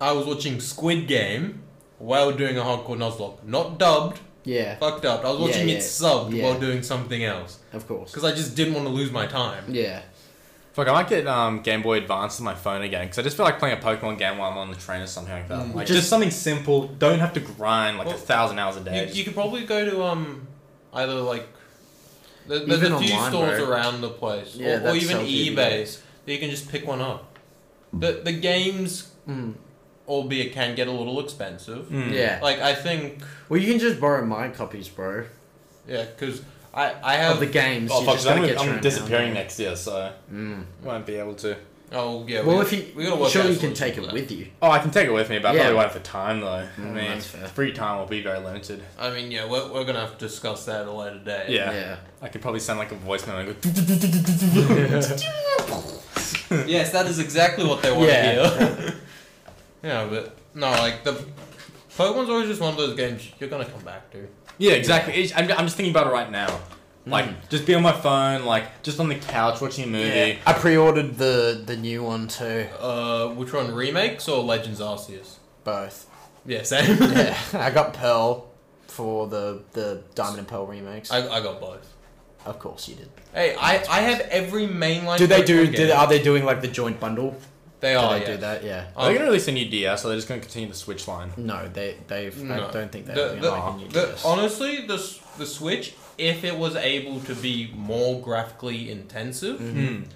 S2: I was watching Squid Game while doing a hardcore Nuzlocke, not dubbed,
S1: Yeah.
S2: fucked up. I was
S1: Yeah,
S2: watching
S1: yeah,
S2: it subbed
S1: yeah.
S2: while doing something else
S1: Of course.
S2: because I just didn't want to lose my time.
S1: Yeah.
S3: Fuck, I might get um, Game Boy Advance on my phone again because I just feel like playing a Pokemon game while I'm on the train or something like that. Like, just,
S1: Mm. Just-
S3: something simple. Don't have to grind like
S2: Well,
S3: a thousand hours a day.
S2: You, you could probably go to um either like there, there's
S1: Even
S2: a few
S1: online,
S2: stores
S1: bro.
S2: around the place,
S1: Yeah,
S2: or, or
S1: that's
S2: even
S1: so good, yeah.
S2: eBay's that you can just pick one up. The the games,
S1: Mm.
S2: albeit can get a little expensive.
S3: Mm.
S1: Yeah.
S2: Like I think,
S1: Well, you can just borrow my copies, bro,
S2: yeah, because I I
S1: of
S2: have
S1: the games.
S3: Oh
S1: You
S3: fuck!
S1: just
S3: 'cause I'm,
S1: gotta
S3: gonna-
S1: get your
S3: I'm
S1: own
S3: disappearing
S1: download.
S3: next year, so
S1: Mm.
S3: won't be able to.
S2: oh yeah.
S1: Well,
S2: we,
S1: if you,
S2: we gotta work
S1: sure,
S2: out a
S1: you can
S2: solution
S1: take
S2: for
S1: it
S2: that.
S1: with you.
S3: Oh, I can take it with me, but I
S1: Yeah.
S3: probably won't have the time though. I
S1: Mm,
S3: mean,
S1: that's fair.
S3: free time will be very limited.
S2: I mean, yeah, we're, we're gonna have to discuss that at a later date.
S3: Yeah.
S1: Yeah.
S3: I could probably sound like a voicemail and go.
S2: yes, that is exactly what they want
S1: Yeah.
S2: to hear. yeah, but no, like the Pokemon's always just one of those games you're gonna come back to.
S3: Yeah, exactly. It's- I'm, I'm just thinking about it right now.
S1: Mm.
S3: Like, just be on my phone, like just on the couch watching a movie.
S1: I pre-ordered the the new one too.
S2: Uh, which one, remakes or Legends Arceus?
S1: Both.
S2: Yeah, same.
S1: yeah. I got Pearl for the the Diamond and Pearl remakes.
S2: I, I got both.
S1: of course you did.
S2: Hey, I, I have every mainline.
S1: Do they
S2: Pokemon
S1: do?
S2: game.
S1: do are they doing like the joint bundle?
S2: They
S1: Do
S2: are. Um,
S1: they
S2: Oh, yeah.
S1: do that? Yeah.
S3: Are they gonna release a new DS? Or are they just gonna continue the Switch line?
S1: No, they they've.
S2: No.
S1: I don't think they've
S2: The-
S1: been
S2: the-
S1: like a new
S2: The-
S1: DS.
S2: honestly, the s- the Switch, if it was able to be more graphically intensive,
S1: Mm. Mm-hmm.
S3: Hmm.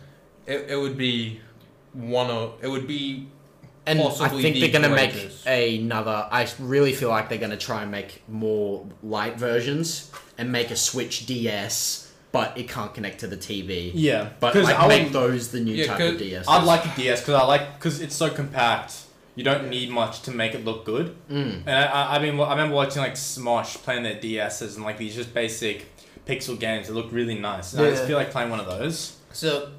S2: it, it would be one of it would be
S1: and I
S2: possibly
S1: think
S2: the
S1: they're going to make
S2: greatest.
S1: another. I really feel like they're going to try and make more light versions and make a Switch DS, but it can't connect to the TV.
S3: Yeah,
S1: But
S3: 'cause
S1: like,
S3: I
S1: make
S3: would-
S1: those the new
S2: Yeah,
S1: type
S2: 'cause
S1: of DS.
S3: I'd like a DS because I like because it's so compact. You don't need much to make it look good.
S1: Mm.
S3: And I, I, I mean, I remember watching like Smosh playing their DSs and like these just basic pixel games that look really nice. And I just
S1: Yeah.
S3: feel like playing one of those.
S2: so.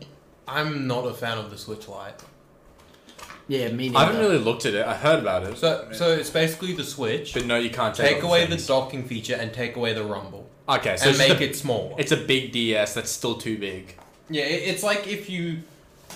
S2: I'm not a fan of the Switch Lite.
S1: Yeah, me neither.
S3: I haven't really looked at it. I heard about it.
S2: So so it's basically the Switch.
S3: but no, you can't take,
S2: Take away the
S3: things.
S2: docking feature and take away the rumble
S3: okay, so
S2: and
S3: it's
S2: make
S3: just a,
S2: it smaller.
S3: It's a big DS that's still too big.
S2: Yeah, it- it's like if you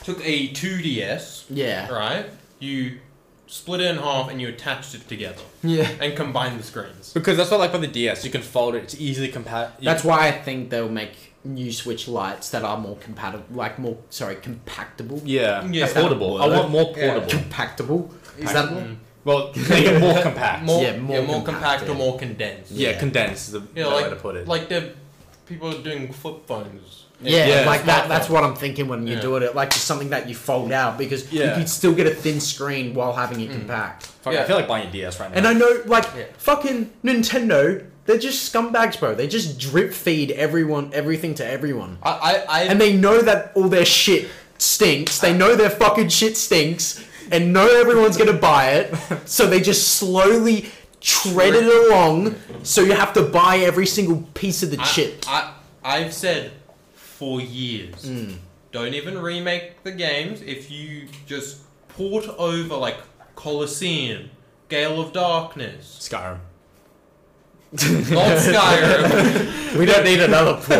S2: took a 2DS,
S1: Yeah.
S2: right? You split it in half and you attached it together
S1: Yeah.
S2: and combined the screens.
S3: Because that's what I like about the DS. You can fold it. It's easily compact.
S1: That's why I think they'll make new Switch lights that are more compatible, like more sorry, compactable.
S3: yeah,
S2: Yeah.
S3: affordable. I want more
S2: Yeah.
S3: portable.
S1: Compactable. Is that
S2: Mm.
S3: Well, make it more compact.
S2: More, yeah,
S1: Yeah,
S2: more,
S1: more
S2: compact,
S1: compact,
S2: or
S1: yeah.
S2: more condensed.
S3: Yeah,
S1: Yeah.
S3: condensed is the
S2: Yeah,
S3: better
S2: like,
S3: way to put it.
S2: like the people are doing flip phones.
S1: Yeah,
S3: Yeah.
S1: like that. That's
S2: Smartphone.
S1: what I'm thinking when you're
S2: Yeah.
S1: doing it. Like just something that you fold out because
S3: Yeah.
S1: you can still get a thin screen while having it compact.
S3: Fuck,
S2: Mm. yeah.
S3: I feel like buying a DS right now.
S1: And I know, like
S2: Yeah.
S1: fucking Nintendo, they're just scumbags, bro. They just drip feed everyone everything to everyone,
S2: I, I, I
S1: and they know that all their shit stinks. They know their fucking shit stinks, and know everyone's gonna buy it, so they just slowly tread it along. So you have to buy every single piece of the
S2: I,
S1: chip.
S2: I, I've said
S1: Hmm.
S2: for years, don't even remake the games. If you just port over like Colosseum, Gale of Darkness,
S3: Skyrim.
S2: not Skyrim.
S1: We don't need another port. we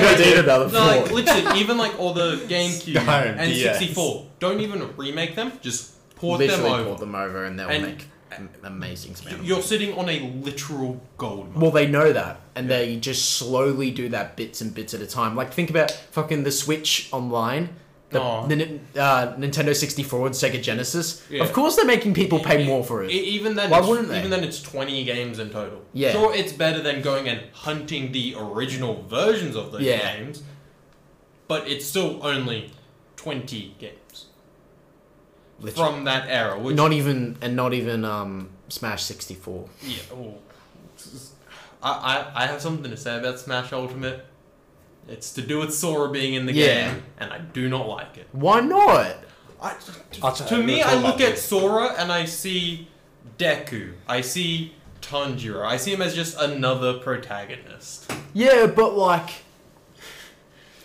S1: don't need another
S2: no, like
S1: port.
S2: literally, even like all the GameCube
S3: Skyrim,
S2: and
S3: DS.
S2: 64. Don't even remake them. Just port
S1: Literally
S2: them over.
S1: port them over, and they'll
S2: And-
S1: make an amazing
S2: You-
S1: smash.
S2: You're sitting on a literal gold mine.
S1: Well, they know that, and they just slowly do that bits and bits at a time. Like, think about fucking the Switch Online, the
S2: Aw.
S1: Nin- uh, Nintendo 64 and Sega Genesis.
S2: Oh. Yeah.
S1: Of course, they're making people pay more for
S2: E-
S1: it.
S2: Even then,
S1: Why
S2: it's-
S1: wouldn't they?
S2: even then, it's twenty games in total.
S1: Yeah.
S2: Sure, it's better than going and hunting the original versions of those
S1: Yeah.
S2: games, but it's still only twenty games
S1: Literally.
S2: from that era. Which
S1: Not even, and not even um, Smash 64.
S2: yeah, oh, s- s- I, I I have something to say about Smash Ultimate. It's to do with Sora being in the
S1: Yeah.
S2: game, and I do not like it.
S1: Why not?
S2: I,
S3: I'll
S2: to
S1: Uh,
S3: t- we'll
S2: me,
S3: talk
S2: I
S3: about
S2: look at
S3: this.
S2: Sora and I see Deku. I see Tanjiro. I see him as just another protagonist.
S1: Yeah, but like,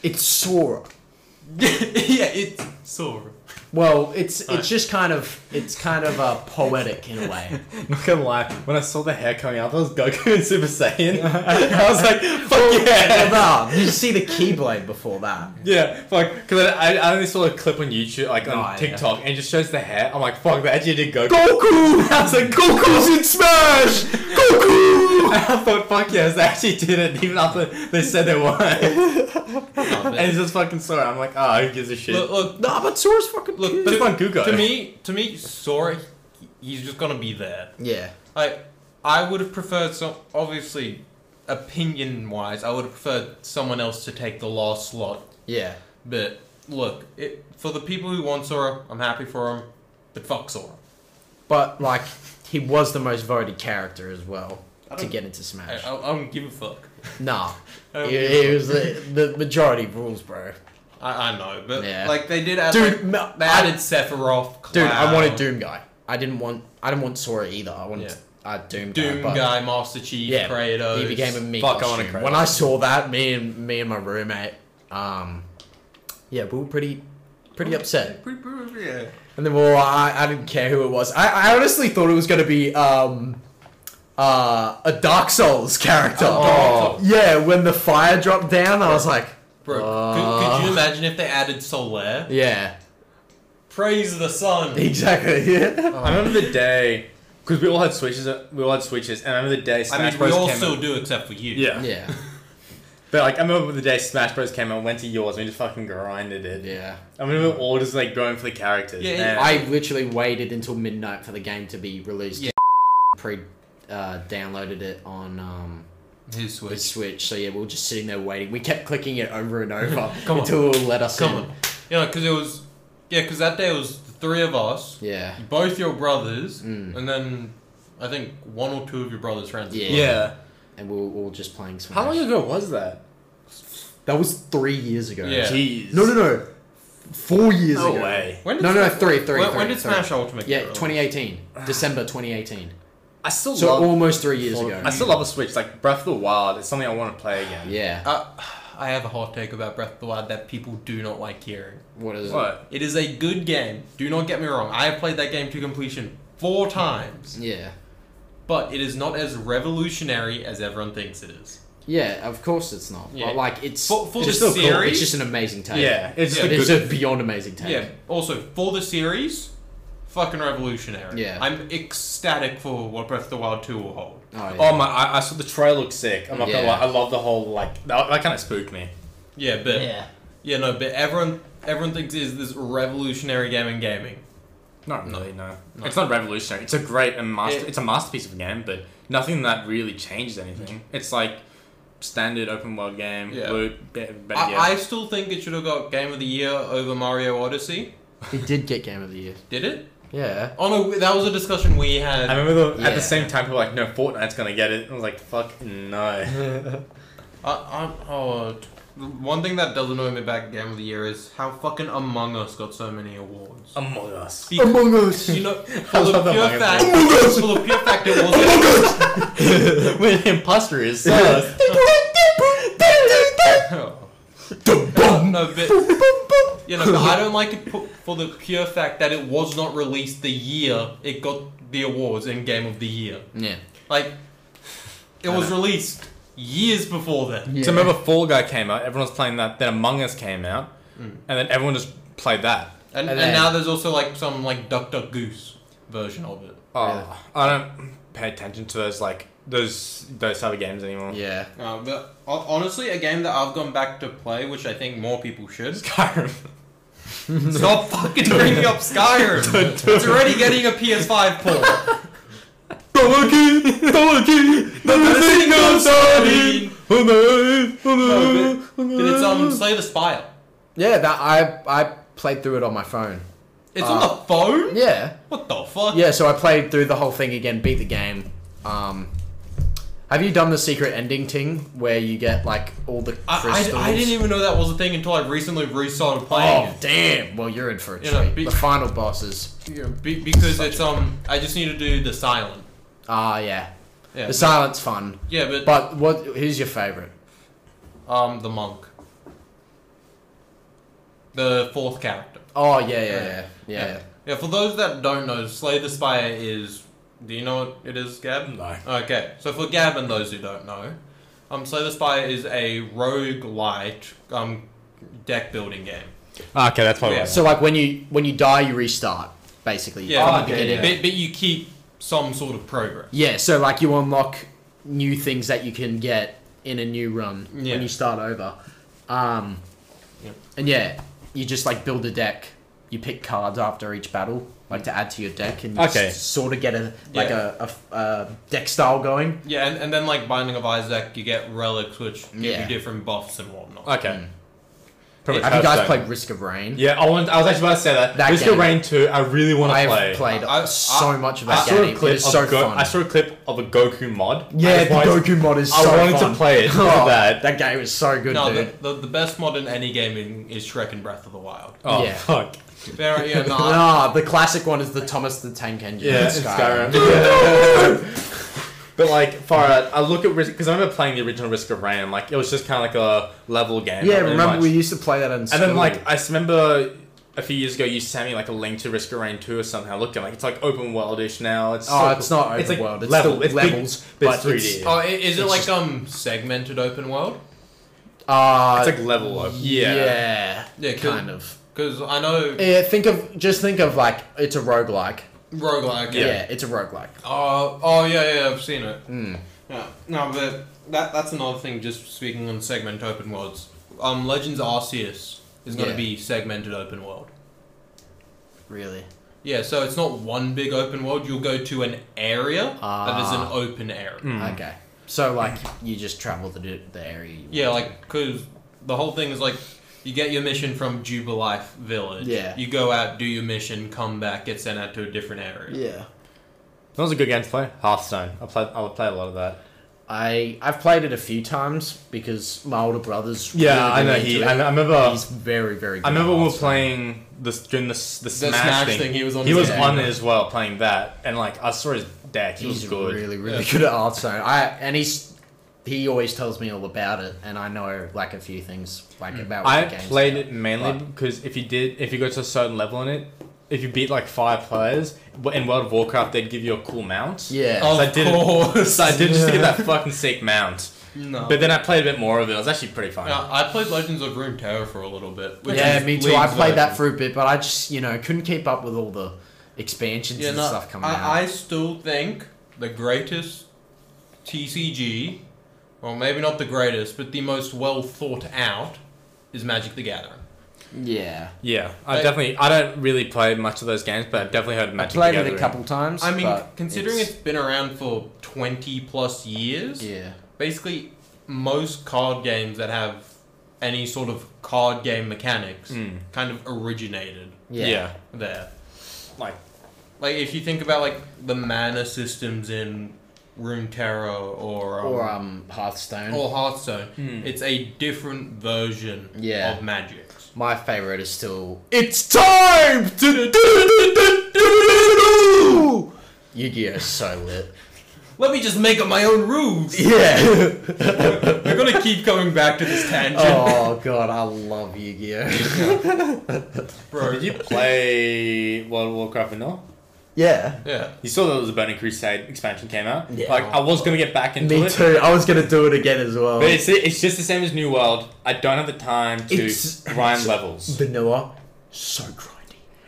S1: it's Sora.
S2: yeah, it's Sora.
S1: Well, it's
S2: Alright.
S1: it's just kind of it's kind of uh, poetic in a way.
S3: Not gonna lie, when I saw the hair coming out, that was Goku and Super Saiyan. I was like, fuck yeah!
S1: Well, no, you see the Keyblade before that.
S3: Yeah, fuck. Because I, I only saw a clip on YouTube, like on
S1: Oh, yeah.
S3: TikTok, and it just shows the hair. I'm like, fuck, they actually did Goku.
S1: Goku!
S3: I was like,
S1: Goku's in Smash! Goku!
S3: I thought, fuck yes, they actually did it, even after they said they weren't. and it's just fucking Sora. I'm like, ah, who gives a shit?
S2: Look, look,
S1: Nah, but Sora's fucking
S2: look.
S1: cute.
S2: to,
S3: Just like Guga.
S2: to me, to me, Sora, he- he's just gonna be there.
S1: Yeah.
S2: Like, I would have preferred some. Obviously, opinion-wise, I would have preferred someone else to take the last slot.
S1: Yeah.
S2: But look, it, for the people who want Sora, I'm happy for them. But fuck Sora.
S1: But, like, he was the most voted character as well
S2: I
S1: to
S2: don't-
S1: get into
S2: I,
S1: Smash.
S2: I, I don't give a fuck.
S1: nah.
S2: I, don't
S1: He,
S2: give a
S1: he was the, the majority rules, bro.
S2: fuck. I, I know, but
S1: Yeah.
S2: like they did add,
S1: Dude,
S2: like,
S1: ma-
S2: they
S1: I-
S2: added Sephiroth. Cloud,
S1: Dude, I wanted Doom Guy. I didn't want I didn't want Sora either. I wanted
S2: Yeah.
S1: uh, Doom,
S2: Doom
S1: Guy. but-
S2: guy, Master Chief,
S1: Yeah,
S2: Kratos.
S1: He became a me.
S3: Fuck, I
S1: costume.
S3: wanna Kratos.
S1: When I saw that, me and me and my roommate, um, yeah, we were pretty pretty upset.
S2: Yeah.
S1: And then, well, I, I didn't care who it was. I, I honestly thought it was going to be um, uh, a Dark Souls character.
S3: Oh.
S1: Yeah, when the fire dropped down, I was like,
S2: Bro, could,
S1: Uh.
S2: could you imagine if they added Solaire?
S1: yeah,
S2: Praise the sun.
S1: exactly. Yeah.
S3: I remember the day, because we all had switches, we all had switches, and I remember the day Smash
S2: I mean, we
S3: Bros.
S2: all
S3: came
S2: still
S3: out.
S2: do except for you.
S3: Yeah.
S1: Yeah.
S3: But like, I remember the day Smash Bros. came out, went to yours, and we just fucking grinded it.
S1: Yeah.
S3: I mean, we were all just like going for the characters.
S2: Yeah,
S3: man.
S1: I literally waited until midnight for the game to be released.
S2: Yeah.
S1: Pre uh, downloaded it on um,
S2: His
S1: the
S2: switch.
S1: Switch. So, yeah, we were just sitting there waiting. We kept clicking it over and over
S2: Come on.
S1: until it let us
S2: Come
S1: in.
S2: on. You know, because it was. Yeah, because that day it was the three of us,
S1: Yeah.
S2: both your brothers,
S1: Mm.
S2: and then I think one or two of your brother's friends.
S1: Yeah.
S3: yeah.
S1: And we were all just playing Smash.
S3: How long ago was that?
S1: That was three years ago.
S2: Yeah.
S3: Jeez.
S1: No, no, no. Four years
S3: No
S1: ago.
S3: way.
S2: When did
S1: No, no,
S2: Smash-
S1: three, three,
S2: when,
S1: three,
S2: when did
S1: three.
S2: Smash Ultimate?
S1: Yeah,
S2: get released?
S1: 2018. December 2018.
S3: I still
S1: So
S3: love.
S1: almost three years ago.
S3: I still love a Switch. Like Breath of the Wild, it's something I want to play again.
S1: Yeah.
S2: Uh, I have a hot take about Breath of the Wild that people do not like hearing.
S1: What is
S3: What?
S2: It is a good game. Do not get me wrong. I have played that game to completion four times,
S1: it? Yeah.
S2: but it is not as revolutionary as everyone thinks it is.
S1: Yeah, of course it's not.
S2: Yeah.
S1: But, like, it's.
S2: For- for
S1: it's
S2: the
S1: still cool.
S2: series?
S1: It's just an amazing take.
S3: Yeah, it's
S2: Yeah.
S3: just a
S1: It's
S3: good.
S1: a beyond amazing take.
S2: Yeah. Also, for the series, fucking revolutionary.
S1: Yeah.
S2: I'm ecstatic for what Breath of the Wild Two will hold.
S1: Oh, yeah.
S3: Oh my! I, I saw the trailer look sick. I'm not gonna
S1: Yeah.
S3: lie. I love the whole like that, that kind of spooked me.
S2: Yeah, but yeah. no, but everyone everyone thinks it is this revolutionary game in gaming.
S3: Not really, no. It's not revolutionary. It's a great and master.
S2: It-
S3: it's a masterpiece of a game, but nothing that really changes anything.
S1: Mm-hmm.
S3: It's like standard open world game.
S2: Yeah.
S3: Loot, be- better
S2: I,
S3: yet.
S2: I still think it should have got Game of the Year over Mario Odyssey.
S1: It did get Game of the Year.
S2: Did it?
S1: Yeah.
S2: Oh no, that was a discussion we had.
S3: I remember the, at
S1: Yeah.
S3: the same time people were like, no, Fortnite's gonna get it. I was like, fuck no.
S2: I, I, oh, t- one thing that does annoy me about Game of the Year is how fucking Among Us got so many awards.
S3: Among Us.
S2: Be-
S1: Among Us!
S2: you know, for
S3: love
S2: the pure
S3: Among Us.
S2: fact,
S1: Among Us!
S2: for the pure fact it wasn't.
S3: We're imposters.
S2: Oh.
S3: sus.
S1: The
S2: Oh,
S1: bomb!
S2: no, but You know, I don't like it pu- for the pure fact that it was not released the year it got the awards in Game of the Year.
S1: Yeah.
S2: Like, it
S3: I
S2: was
S3: know.
S2: released years before then.
S1: yeah.
S3: So remember Fall Guy came out, everyone was playing that, then Among Us came out,
S2: Mm.
S3: and then everyone just played that.
S2: And,
S1: And
S2: and,
S1: then-
S2: now there's also like some like Duck Duck Goose version of it.
S3: Oh,
S1: Really?
S3: I don't pay attention to those like those those type of games anymore.
S1: Yeah.
S2: Uh, but ho- honestly, a game that I've gone back to play, which I think more people should.
S3: Skyrim.
S2: Stop fucking bringing up Skyrim. it's already getting a PS5 port. No, but, but it's um Slay the Spire.
S1: Yeah, that I I played through it on my phone.
S2: It's on the phone.
S1: Yeah.
S2: What the fuck?
S1: Ah. Yeah, so I played through the whole thing again, beat the game. Um have you done the secret ending thing where you get like all the
S2: I,
S1: crystals?
S2: I, I didn't even know that was a thing until I recently restarted playing
S1: Oh
S2: it.
S1: damn! Well, you're in for a treat.
S2: You know, be-
S1: the final bosses.
S2: Yeah, be, because it's um I just need to do the silent.
S1: Ah, yeah.
S2: Yeah,
S1: The silent's fun.
S2: yeah, but
S1: But what? Who's your favorite?
S2: um the monk, the fourth character.
S1: Oh yeah, yeah, yeah, yeah. yeah.
S2: Yeah, for those that don't know, Slay the Spire is. Do you know what it is, Gab?
S3: No.
S2: Okay, so for Gab and those who don't know, um, Slay the Spire is a roguelite um, deck building game.
S3: Okay, that's probably
S2: Yeah.
S3: right.
S1: So like when you when you die, you restart basically.
S2: Yeah,
S1: from
S3: Oh,
S1: the
S3: okay,
S1: beginning.
S2: But, but you keep some sort of progress.
S1: Yeah, so like you unlock new things that you can get in a new run
S2: Yeah.
S1: when you start over. Um,
S2: Yep.
S1: And yeah, you just like build a deck. You pick cards after each battle, like to add to your deck, and you
S3: Okay.
S1: sort of get a like
S2: Yeah.
S1: a, a, a deck style going.
S2: Yeah, and, and then like Binding of Isaac, you get relics which give
S1: Yeah.
S2: you different buffs and whatnot.
S3: Okay. Pretty much
S1: Mm. Have you guys
S3: Hearthstone.
S1: played Risk of Rain?
S3: Yeah, I, want, I was actually about to say that.
S1: That
S3: Risk
S1: game.
S3: of Rain 2, I really want
S1: I
S3: to
S1: have
S3: play.
S1: played
S2: I- I-
S1: so much of
S3: I
S1: that
S3: saw,
S1: game.
S3: a clip
S1: It
S3: of
S1: is so
S3: Go-
S1: fun.
S3: I saw a clip of a Goku mod. I
S1: yeah,
S3: just
S1: the
S3: wanted to-
S1: Goku mod is so
S3: I
S1: fun. Oh.
S3: wanted to play it so bad.
S1: That game is so good,
S2: No,
S1: dude.
S2: the, the, the best mod in any game in, is Shrek and Breath of the Wild.
S3: Oh,
S1: Yeah.
S3: fuck.
S2: There, yeah, no,
S1: Nah,
S2: I-
S1: Ah, the classic one is the Thomas the Tank Engine.
S3: Yeah,
S1: in
S3: it's
S1: Skyrim.
S3: Skyrim. Yeah. but like, far out, I look at Risk because I remember playing the original Risk of Rain. and, Like, it was just kind of like a level game.
S1: Yeah,
S3: not really
S1: remember
S3: much.
S1: we used to play that in
S3: And then like, I s- remember a few years ago you sent me like a link to Risk of Rain two or something. I looked at it, like it's like open worldish now. It's
S1: Oh,
S3: so
S1: it's not open
S3: like
S1: world. It's
S3: level-
S1: still
S3: it's big,
S1: levels,
S3: but
S1: but
S3: it's 3D.
S1: it's-
S2: oh, i- is it
S1: It's
S2: like
S1: just-
S2: um segmented open world?
S1: uh,
S3: it's like level up. Yeah.
S1: yeah,
S2: Yeah, cool.
S1: kind of.
S2: Because I know
S1: Yeah, think of just think of like it's a roguelike.
S2: roguelike.
S1: Yeah,
S2: Yeah.
S1: yeah it's a roguelike.
S2: Uh, oh yeah, yeah, I've seen it.
S1: Mm.
S2: Yeah. No, but that that's another thing. Just speaking on segment open worlds, um, Legends Arceus is going to
S1: Yeah.
S2: be segmented open world.
S1: Really?
S2: Yeah, so it's not one big open world. You'll go to an area that is an
S1: Ah.
S2: open area.
S3: Mm.
S1: Okay. So like you just travel the d- the area. You
S2: Yeah, like because the whole thing is like you get your mission from Jubilife Village.
S1: Yeah.
S2: You go out, do your mission, come back, get sent out to a different area.
S1: yeah.
S3: That was a good game to play. Hearthstone. I played. I would play a lot of that.
S1: I I've played it a few times because my older brother's
S3: Yeah,
S1: really,
S3: I know
S1: really
S3: he.
S1: into
S3: I,
S1: it.
S3: know- I remember.
S1: he's very very. good
S3: I remember
S1: at
S3: we were
S1: Hearthstone.
S3: playing this during the s- the Smash,
S2: Smash
S3: thing.
S2: thing, he was on
S3: He
S2: his
S3: was
S1: deck.
S3: on it as well, playing that, and like I saw his deck. He
S1: He's
S3: was good.
S1: really really
S2: Yeah.
S1: good at Hearthstone. I and he's he always tells me all about it, and I know like a few things like
S2: Hmm.
S1: about.
S3: I
S1: what the game's
S3: played
S1: about.
S3: it mainly
S1: but-
S3: because if you did, if you got to a certain level in it, if you beat like five players w- in World of Warcraft, they'd give you a cool mount.
S1: Yeah.
S2: Of
S3: I did it.
S2: course.
S3: So I did just to get that fucking sick mount.
S2: No.
S3: But then I played a bit more of it. It was actually pretty fun.
S2: Yeah, I played Legends of Runeterra for a little bit. which
S1: yeah,
S2: is
S1: me too.
S2: League's
S1: I played that for
S2: version.
S1: a bit, but I just you know couldn't keep up with all the expansions
S2: yeah,
S1: and
S2: no,
S1: stuff coming
S2: I,
S1: out.
S2: I still think the greatest TCG, well, maybe not the greatest, but the most well thought out, is Magic the Gathering.
S1: yeah,
S3: Yeah, I
S2: But-
S3: definitely. I don't really play much of those games, but I've definitely heard
S1: I
S3: Magic.
S1: played
S3: the
S1: it a
S3: Gathering.
S1: couple times.
S2: I mean,
S1: but
S2: considering
S1: it's,
S2: it's been around for 20 plus years,
S1: yeah,
S2: basically most card games that have any sort of card game mechanics
S1: Hmm.
S3: Mm.
S2: kind of originated
S1: yeah,
S3: yeah,
S2: there.
S3: like
S2: Like if you think about like the mana systems in Runeterra or um,
S1: or
S2: or,
S1: um Hearthstone.
S2: Oh. Hearthstone,
S3: Mm.
S2: it's a different version
S1: Yeah.
S2: of Magic.
S1: My favorite is still it's time to do do do do do do. Yu-Gi-Oh is so lit.
S2: Let me just make up my own rules.
S1: Yeah.
S2: We're gonna keep coming back to this tangent,
S1: oh god, I love Yu-Gi-Oh.
S2: bro.
S3: Did you play World of Warcraft vanilla?
S1: yeah.
S2: yeah.
S3: You saw that it was a Burning Crusade expansion came out.
S1: Yeah.
S3: Like I was gonna get back into
S1: Me
S3: it,
S1: too. I was gonna do it again as well.
S3: but it's it's just the same as New World. I don't have the time to
S1: It's-
S3: grind levels.
S1: Vanilla, so grindy.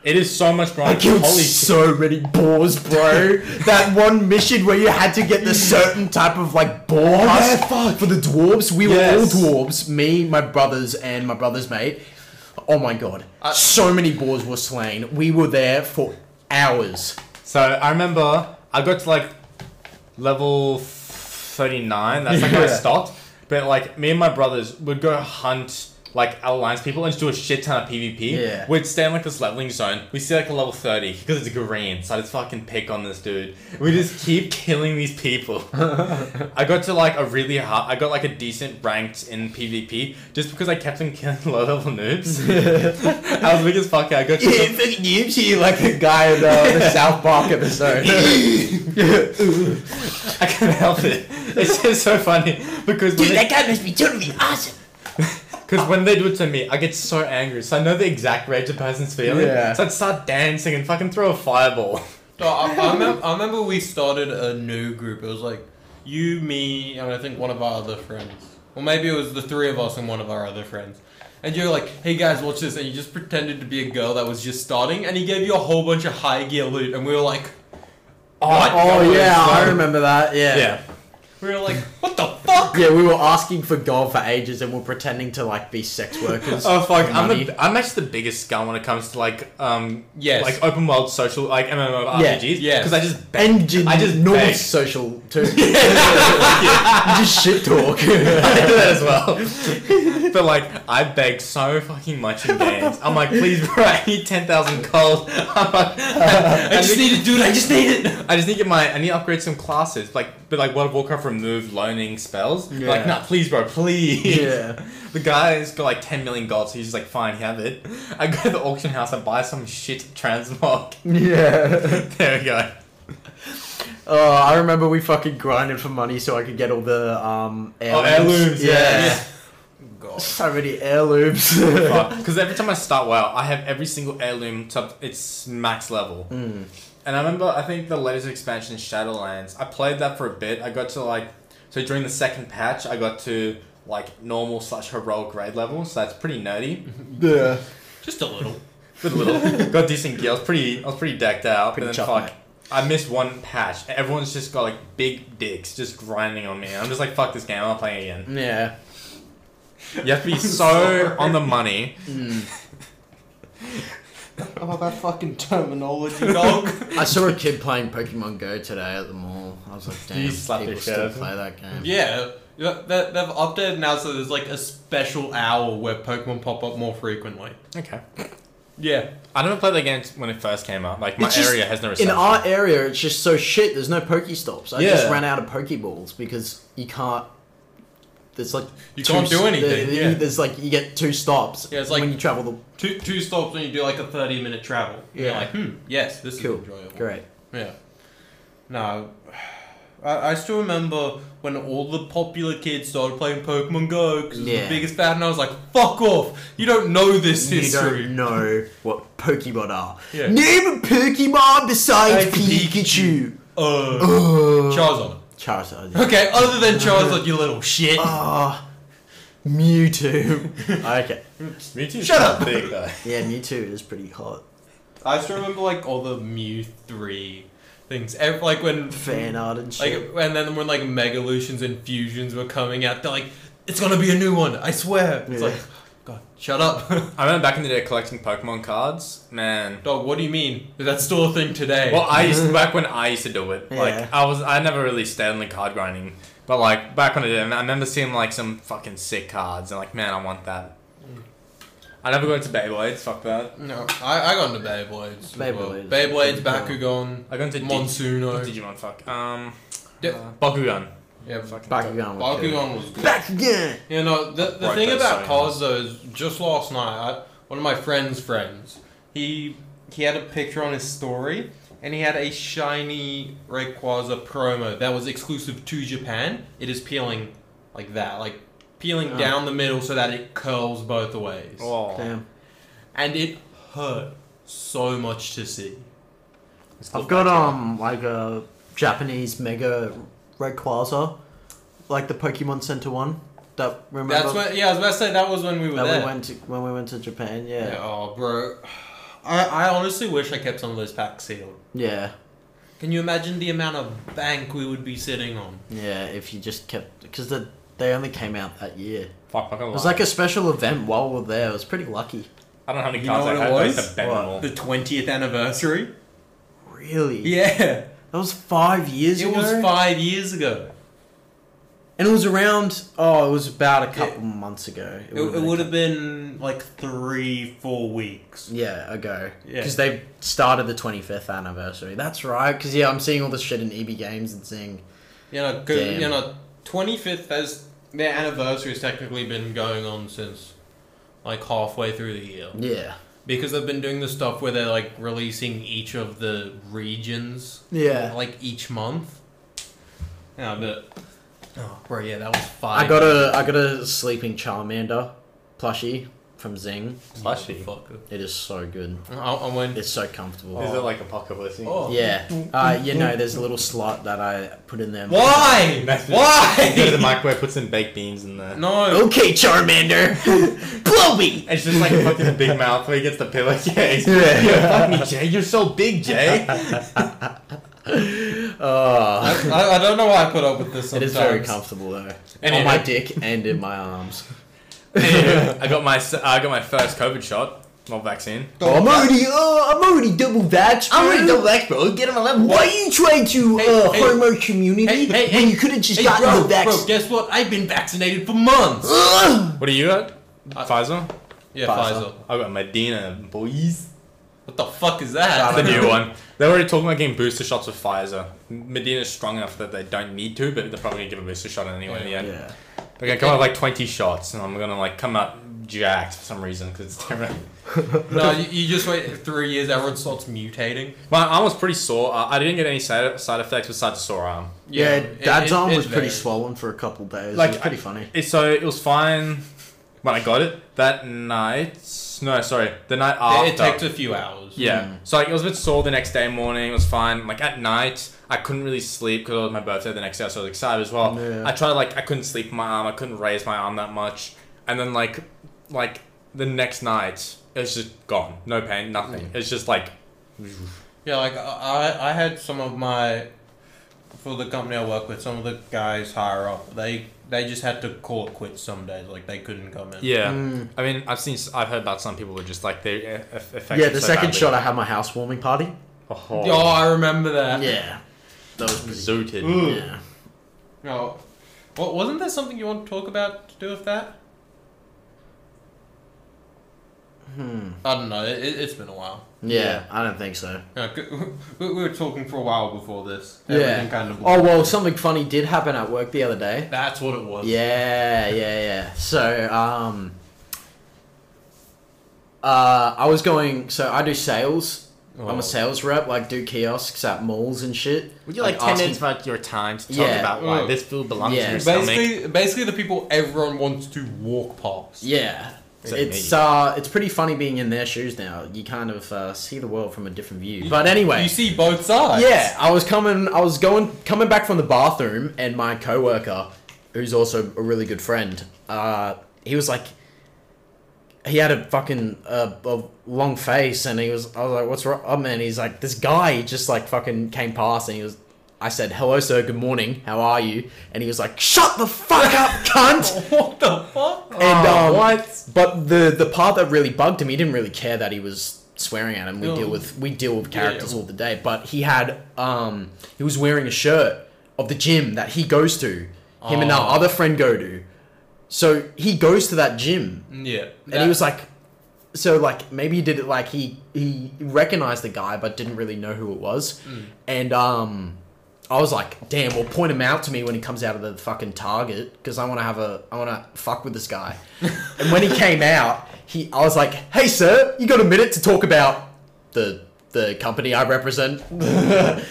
S3: It is so much
S1: I
S3: grind.
S1: killed
S3: Holy shit!
S1: so many boars, bro. that one mission where you had to get the certain type of like boar
S2: Oh,
S1: husk for the dwarves. We
S3: Yes.
S1: were all dwarves. Me, my brothers, and my brother's mate. Oh my god! so many boars were slain. We were there for hours.
S3: So I remember I got to like level thirty nine. That's like where I
S1: Yeah.
S3: stopped. But like me and my brothers would go hunt like alliance people and just do a shit ton of PvP.
S1: Yeah.
S3: We'd stay in like this leveling zone. We see like a level thirty because it's green, so I just fucking pick on this dude. We just keep killing these people. I got to like a really hard. I got like a decent ranked in PvP just because I kept on killing low level noobs. I was big as fuck. I got to
S1: Yeah, fucking noobs here, like the guy in uh, the South Park episode.
S3: I can't help it. It's just so funny because when they,
S1: guy must be totally awesome.
S3: cause when they do it to me, I get so angry. So I know the exact rage a person's feeling.
S1: Yeah.
S3: So I'd start dancing and fucking throw a fireball.
S2: No, I, I, remember, I remember we started a new group. It was like you, me, and I think one of our other friends. Or maybe it was the three of us and one of our other friends. And you're like, hey guys, watch this. And you just pretended to be a girl that was just starting. And he gave you a whole bunch of high gear loot. And we were like,
S3: Oh,
S1: Oh
S3: God,
S1: yeah,
S3: so-
S1: I remember that. Yeah.
S3: Yeah.
S2: we were like, what the fuck?
S1: Yeah, we were asking for gold for ages and we're pretending to like be sex workers.
S3: Oh fuck! I'm
S1: Money.
S3: the, I'm actually the biggest scum when it comes to like um
S2: Yes.
S3: like open world social like MMO
S1: Yeah,
S3: RPGs.
S2: yes.
S3: Because I just beg.
S1: and you,
S3: I just
S1: normal
S3: beg.
S1: social too. just shit talk.
S3: I do that as well. but like, I beg so fucking much in games. I'm like, please, bro, I need ten thousand gold. I'm like, I,
S2: I just
S3: need-
S2: need to do it. I just need it.
S3: I just need to get my I need to upgrade some classes. Like but like World of Warcraft removed loaning spells. Like,
S1: Yeah.
S3: nah, please bro, please.
S1: yeah.
S3: The guy's got like ten million gold, so he's just like, fine, have it. I go to the auction house, I buy some shit transmog.
S1: Yeah.
S3: there we go.
S1: Oh, I remember we fucking grinded for money so I could get all the um
S3: Oh, heirlooms, yeah.
S2: God.
S1: So many heirlooms.
S3: Because every time I start WoW, I have every single heirloom to its max level.
S1: Mm.
S3: And I remember, I think the latest expansion, Shadowlands, I played that for a bit. I got to like, so during the second patch, I got to like normal slash heroic grade level, so that's pretty nerdy.
S1: yeah.
S2: Just a little.
S3: Good little, got decent gear. I was pretty, I was pretty decked out.
S1: Pretty
S3: but then
S1: chuffed,
S3: fuck,
S1: mate.
S3: I missed one patch. Everyone's just got like big dicks just grinding on me. I'm just like, fuck this game. I'm not playing again.
S1: Yeah.
S3: You have to be so
S2: Sorry.
S3: on the money.
S1: Hmm.
S2: About that fucking terminology, dog.
S1: I saw a kid playing Pokemon Go today at the mall. I was like, damn,
S3: You slapped
S1: people
S3: the shit out
S1: still
S3: of him.
S1: play that game.
S2: yeah. Yeah, they- They've updated now, so there's like a special hour where Pokemon pop up more frequently.
S3: Okay.
S2: Yeah.
S3: I never played the game when it first came out. Like my
S1: It's just-
S3: area has no
S1: In
S3: reception.
S1: our area, it's just so shit. There's no Pokestops. I just
S3: Yeah.
S1: ran out of Pokeballs because you can't. There's like
S2: You
S1: two
S2: can't do
S1: s-
S2: anything,
S1: there- there-
S2: yeah.
S1: There's like you get two stops.
S2: Yeah, it's like-
S1: when you travel the
S2: two two stops and you do like a 30 minute travel. Yeah. You're
S1: Yeah.
S2: like, hmm, yes, this
S1: cool,
S2: is enjoyable.
S1: great.
S2: Yeah. No, I, I still remember when all the popular kids started playing Pokemon Go because it was
S1: Yeah.
S2: the biggest fad, and I was like, fuck off! You don't know this
S1: You
S2: history.
S1: don't know what Pokemon are.
S2: Yeah.
S1: Name a Pokemon besides
S2: Besides
S1: Pikachu.
S2: Uh,
S1: Ugh.
S2: Charizard.
S1: Charizard. yeah.
S2: Okay, other than Charizard, you little shit.
S1: Ah, Mewtwo. okay.
S3: Mewtwo's
S1: Shut
S3: not
S1: up.
S3: Big though.
S1: Yeah, Mewtwo is pretty hot.
S2: I still remember like all the Mew 3 things. Ev- like when.
S1: Fan art and
S2: Like,
S1: shit.
S2: and then when like Megalutions and Fusions were coming out, they're like, it's gonna be a new one, I swear. It's
S1: Yeah.
S2: like, God, shut up.
S3: I remember back in the day collecting Pokemon cards. Man.
S2: Dog, what do you mean? That's still a thing today.
S3: Well, I used back when I used to do it. Like
S1: Yeah.
S3: I was, I never really stayed on the card grinding. But like back when I did, I remember seeing like some fucking sick cards and like, man, I want that. I never got into Beyblades. Fuck that.
S2: no, I, I got into Beyblades. as well.
S1: Beyblades.
S2: Beyblades,
S1: Pretty
S2: Bakugan,
S3: I got into Dig-
S2: Monsuno.
S3: Digimon. Fuck. Um.
S2: Yeah.
S3: uh, Bakugan.
S2: yeah,
S3: Fucking
S1: Bakugan. was good.
S2: Bakugan was good.
S1: Back again.
S2: You know, the, the
S3: Right,
S2: thing
S3: that's
S2: about
S3: so
S2: cars though is just last night, I, one of my friend's friends, he he had a picture on his story and he had a shiny Rayquaza promo that was exclusive to Japan. It is peeling like that, like peeling
S1: Oh.
S2: down the middle so that it curls both ways.
S5: Oh,
S1: Damn.
S2: And it hurt so much to see.
S1: I've got um like a Japanese Mega Rayquaza, like the Pokemon Center one. That remember?
S2: That's when, yeah, I was about to say that was when we were
S1: that
S2: there.
S1: we went to when we went to Japan.
S2: Yeah,
S1: Yeah.
S2: Oh, bro. I, I honestly wish I kept some of those packs sealed.
S1: Yeah.
S2: Can you imagine the amount of bank we would be sitting on?
S1: Yeah. If you just kept because the. They only came out that year.
S3: Fuck, fucking
S1: It was like a special event while we were there. It was pretty lucky.
S3: I don't know how many
S2: You know
S3: cards I
S2: what it
S3: had, but it's
S2: was?
S3: a bet
S1: What?
S3: on all.
S2: The 20th anniversary?
S1: Really?
S2: Yeah.
S1: That was five years
S2: It
S1: ago.
S2: was five years ago.
S1: And it was around. Oh, it was about a couple months ago.
S2: It,
S1: would've
S2: it
S1: been a
S2: would have been like three, four weeks.
S1: Yeah, ago.
S2: Yeah.
S1: Because they started the 25th anniversary. That's right. Because, yeah, I'm seeing all this shit in EB Games and seeing.
S2: You know, 'cause,
S1: Damn.
S2: you know, 25th has their anniversary has technically been going on since like halfway through the year.
S1: Yeah.
S2: Because they've been doing the stuff where they're like releasing each of the regions
S1: Yeah.
S2: like each month. Yeah, but oh, bro, yeah, that was five.
S1: I got a I got a sleeping Charmander plushie from Zing.
S3: Plushie.
S2: Motherfucker.
S1: It is so good.
S2: I, I went.
S1: It's so comfortable.
S3: Is it like a pocket pussy?
S2: Oh.
S1: Yeah. Uh, you know, there's a little slot that I put in there.
S2: Why?
S3: That's- Go to the
S2: Why?
S3: microwave, put some baked beans in there.
S2: no.
S1: Okay, Charmander. Blow me.
S3: It's just like a fucking big mouth where he gets the pillowcase.
S1: Yeah.
S3: Yeah, fuck me, Jay. You're so big, Jay.
S1: Oh.
S2: I, I, I don't know why I put up with this.
S1: It
S2: Sometimes.
S1: is very comfortable, though.
S3: Anyway.
S1: On my dick and in my arms.
S3: Anywho, I got my s- I got my first COVID shot, not vaccine.
S1: Oh, I'm already, oh, I'm already double vaxxed. bro.
S3: vax, bro. Get him a level.
S1: Why are you trying to
S2: Hey,
S1: uh,
S2: hey.
S1: harm our community
S2: Hey, hey,
S1: when you could have just
S2: Hey,
S1: gotten
S2: bro,
S1: the vaccine?
S2: bro, guess what? I've been vaccinated for months.
S1: Ugh.
S3: What are you at? Pfizer.
S2: Yeah,
S1: Pfizer.
S2: Pfizer.
S3: I got Medina, boys.
S2: What the fuck is
S1: Shout
S2: that?
S3: The new one. They're already talking about getting booster shots with Pfizer. Medina's strong enough that they don't need to, but they're probably gonna give a booster shot anyway in the end.
S1: yeah.
S3: They're gonna come out with like 20 shots, and I'm gonna like come out jacked for some reason because it's terrible.
S2: no, you, you just wait three years. Everyone starts mutating.
S3: My arm was pretty sore. Uh, I didn't get any side, side effects besides a sore arm.
S1: Yeah,
S2: it-
S1: Dad's
S2: it-
S1: arm
S2: it
S1: was pretty
S2: varies.
S1: swollen for a couple days.
S3: Like,
S1: it was pretty
S3: I-
S1: funny.
S3: It, Eh, so it was fine when I got it that night. No, sorry, the night after.
S2: It, it takes a few hours.
S3: Yeah.
S1: Hmm.
S3: So like, it was a bit sore the next day morning. It was fine. Like at night, I couldn't really sleep because it was my birthday the next day, so I was excited as well.
S1: Yeah.
S3: I tried like I couldn't sleep in my arm. I couldn't raise my arm that much, and then like like the next night, it's just gone. No pain, nothing.
S1: Hmm.
S3: It's just like
S2: Yeah, like I, I had some of my for the company I work with, some of the guys higher up, they they just had to call it quits some days, like they couldn't come in.
S3: yeah.
S1: Mm.
S3: I mean, I've seen I've heard about some people who are just like they a- a- affected.
S1: Yeah, the
S3: so
S1: second
S3: badly.
S1: shot I had my housewarming party.
S3: Oh,
S2: Oh, I remember that.
S1: Yeah. That was pretty.
S3: zooted.
S2: Ooh.
S1: Yeah.
S2: No. Well, wasn't there something you want to talk about to do with that?
S1: Hmm.
S2: I don't know. It, it, it's been a while.
S1: Yeah,
S3: Yeah.
S1: I don't think so.
S2: Yeah, c- we, we were talking for a while before this.
S1: Yeah.
S2: Everything kind of.
S1: Oh, well, something funny did happen at work the other day.
S2: That's what it was.
S1: Yeah, yeah, yeah. So, um, uh, I was going. So I do sales. I'm
S2: Oh.
S1: a sales rep. Like do kiosks at malls and shit.
S3: Would you like, ten
S1: asking-
S3: minutes about your time to talk
S1: Yeah.
S3: about why
S4: Mm.
S2: Ooh.
S3: this food belongs
S1: Yeah.
S3: in your stomach?
S2: Basically, basically the people everyone wants to walk past.
S1: Yeah.
S3: So
S1: It's
S3: maybe.
S1: uh, it's pretty funny being in their shoes now. You kind of uh, see the world from a different view. But anyway,
S2: You see both sides.
S1: yeah, I was coming, I was going, coming back from the bathroom, and my coworker, who's also a really good friend, uh, he was like, he had a fucking uh, a long face, and he was, I was like, what's wrong, oh, man? He's like, this guy just like fucking came past, and he was. I said, "Hello, sir. Good morning. How are you?" And he was like, "Shut the fuck up, cunt!"
S2: What the fuck?
S1: And
S3: Oh,
S1: um,
S3: what?
S1: But the the part that really bugged him, he didn't really care that he was swearing at him. We
S2: No.
S1: deal with we deal with characters
S2: Oh. Yeah.
S1: all the day. But he had um he was wearing a shirt of the gym that he goes to. Him and
S2: Oh.
S1: our other friend go to. So he goes to that gym,
S2: Yeah.
S1: and he was like, so like maybe he did it like he he recognized the guy but didn't really know who it was, and um. I was like, damn, well, point him out to me when he comes out of the fucking target because I want to have a, I want to fuck with this guy. and when he came out, he, I was like, hey, sir, you got a minute to talk about the the company I represent, uh,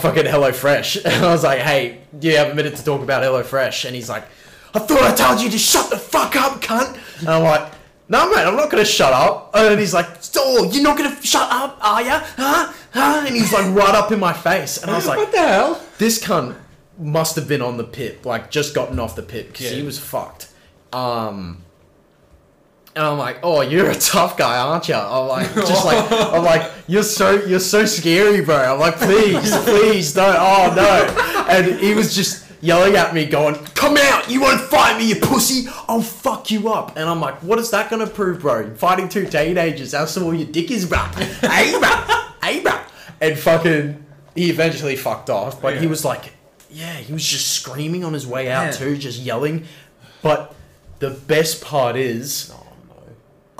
S1: fucking HelloFresh. And I was like, hey, do you have a minute to talk about HelloFresh? And he's like, I thought I told you to shut the fuck up, cunt. And I'm like, no, mate, I'm not gonna shut up. And he's like, oh, you're not gonna f- shut up, are ya? Huh? Huh? And he's like, right up in my face. And I was like,
S4: What the hell?
S1: this cunt must have been on the pip, like just gotten off the pip because he
S2: Yeah.
S1: was fucked. Um, and I'm like, oh, you're a tough guy, aren't you? I'm like, just like, I'm like, you're so, you're so scary, bro. I'm like, please, please, don't, oh no. And he was just yelling at me, going, come out, you won't fight me, you pussy. I'll fuck you up. And I'm like, what is that gonna prove, bro? You're fighting two teenagers, how small your dick is, bro. Hey, bro, hey, bro. And fucking, he eventually fucked off, but he
S2: Yeah.
S1: was like, yeah, he was just screaming on his way out
S3: Yeah.
S1: too, just yelling. But the best part is,
S2: Oh no.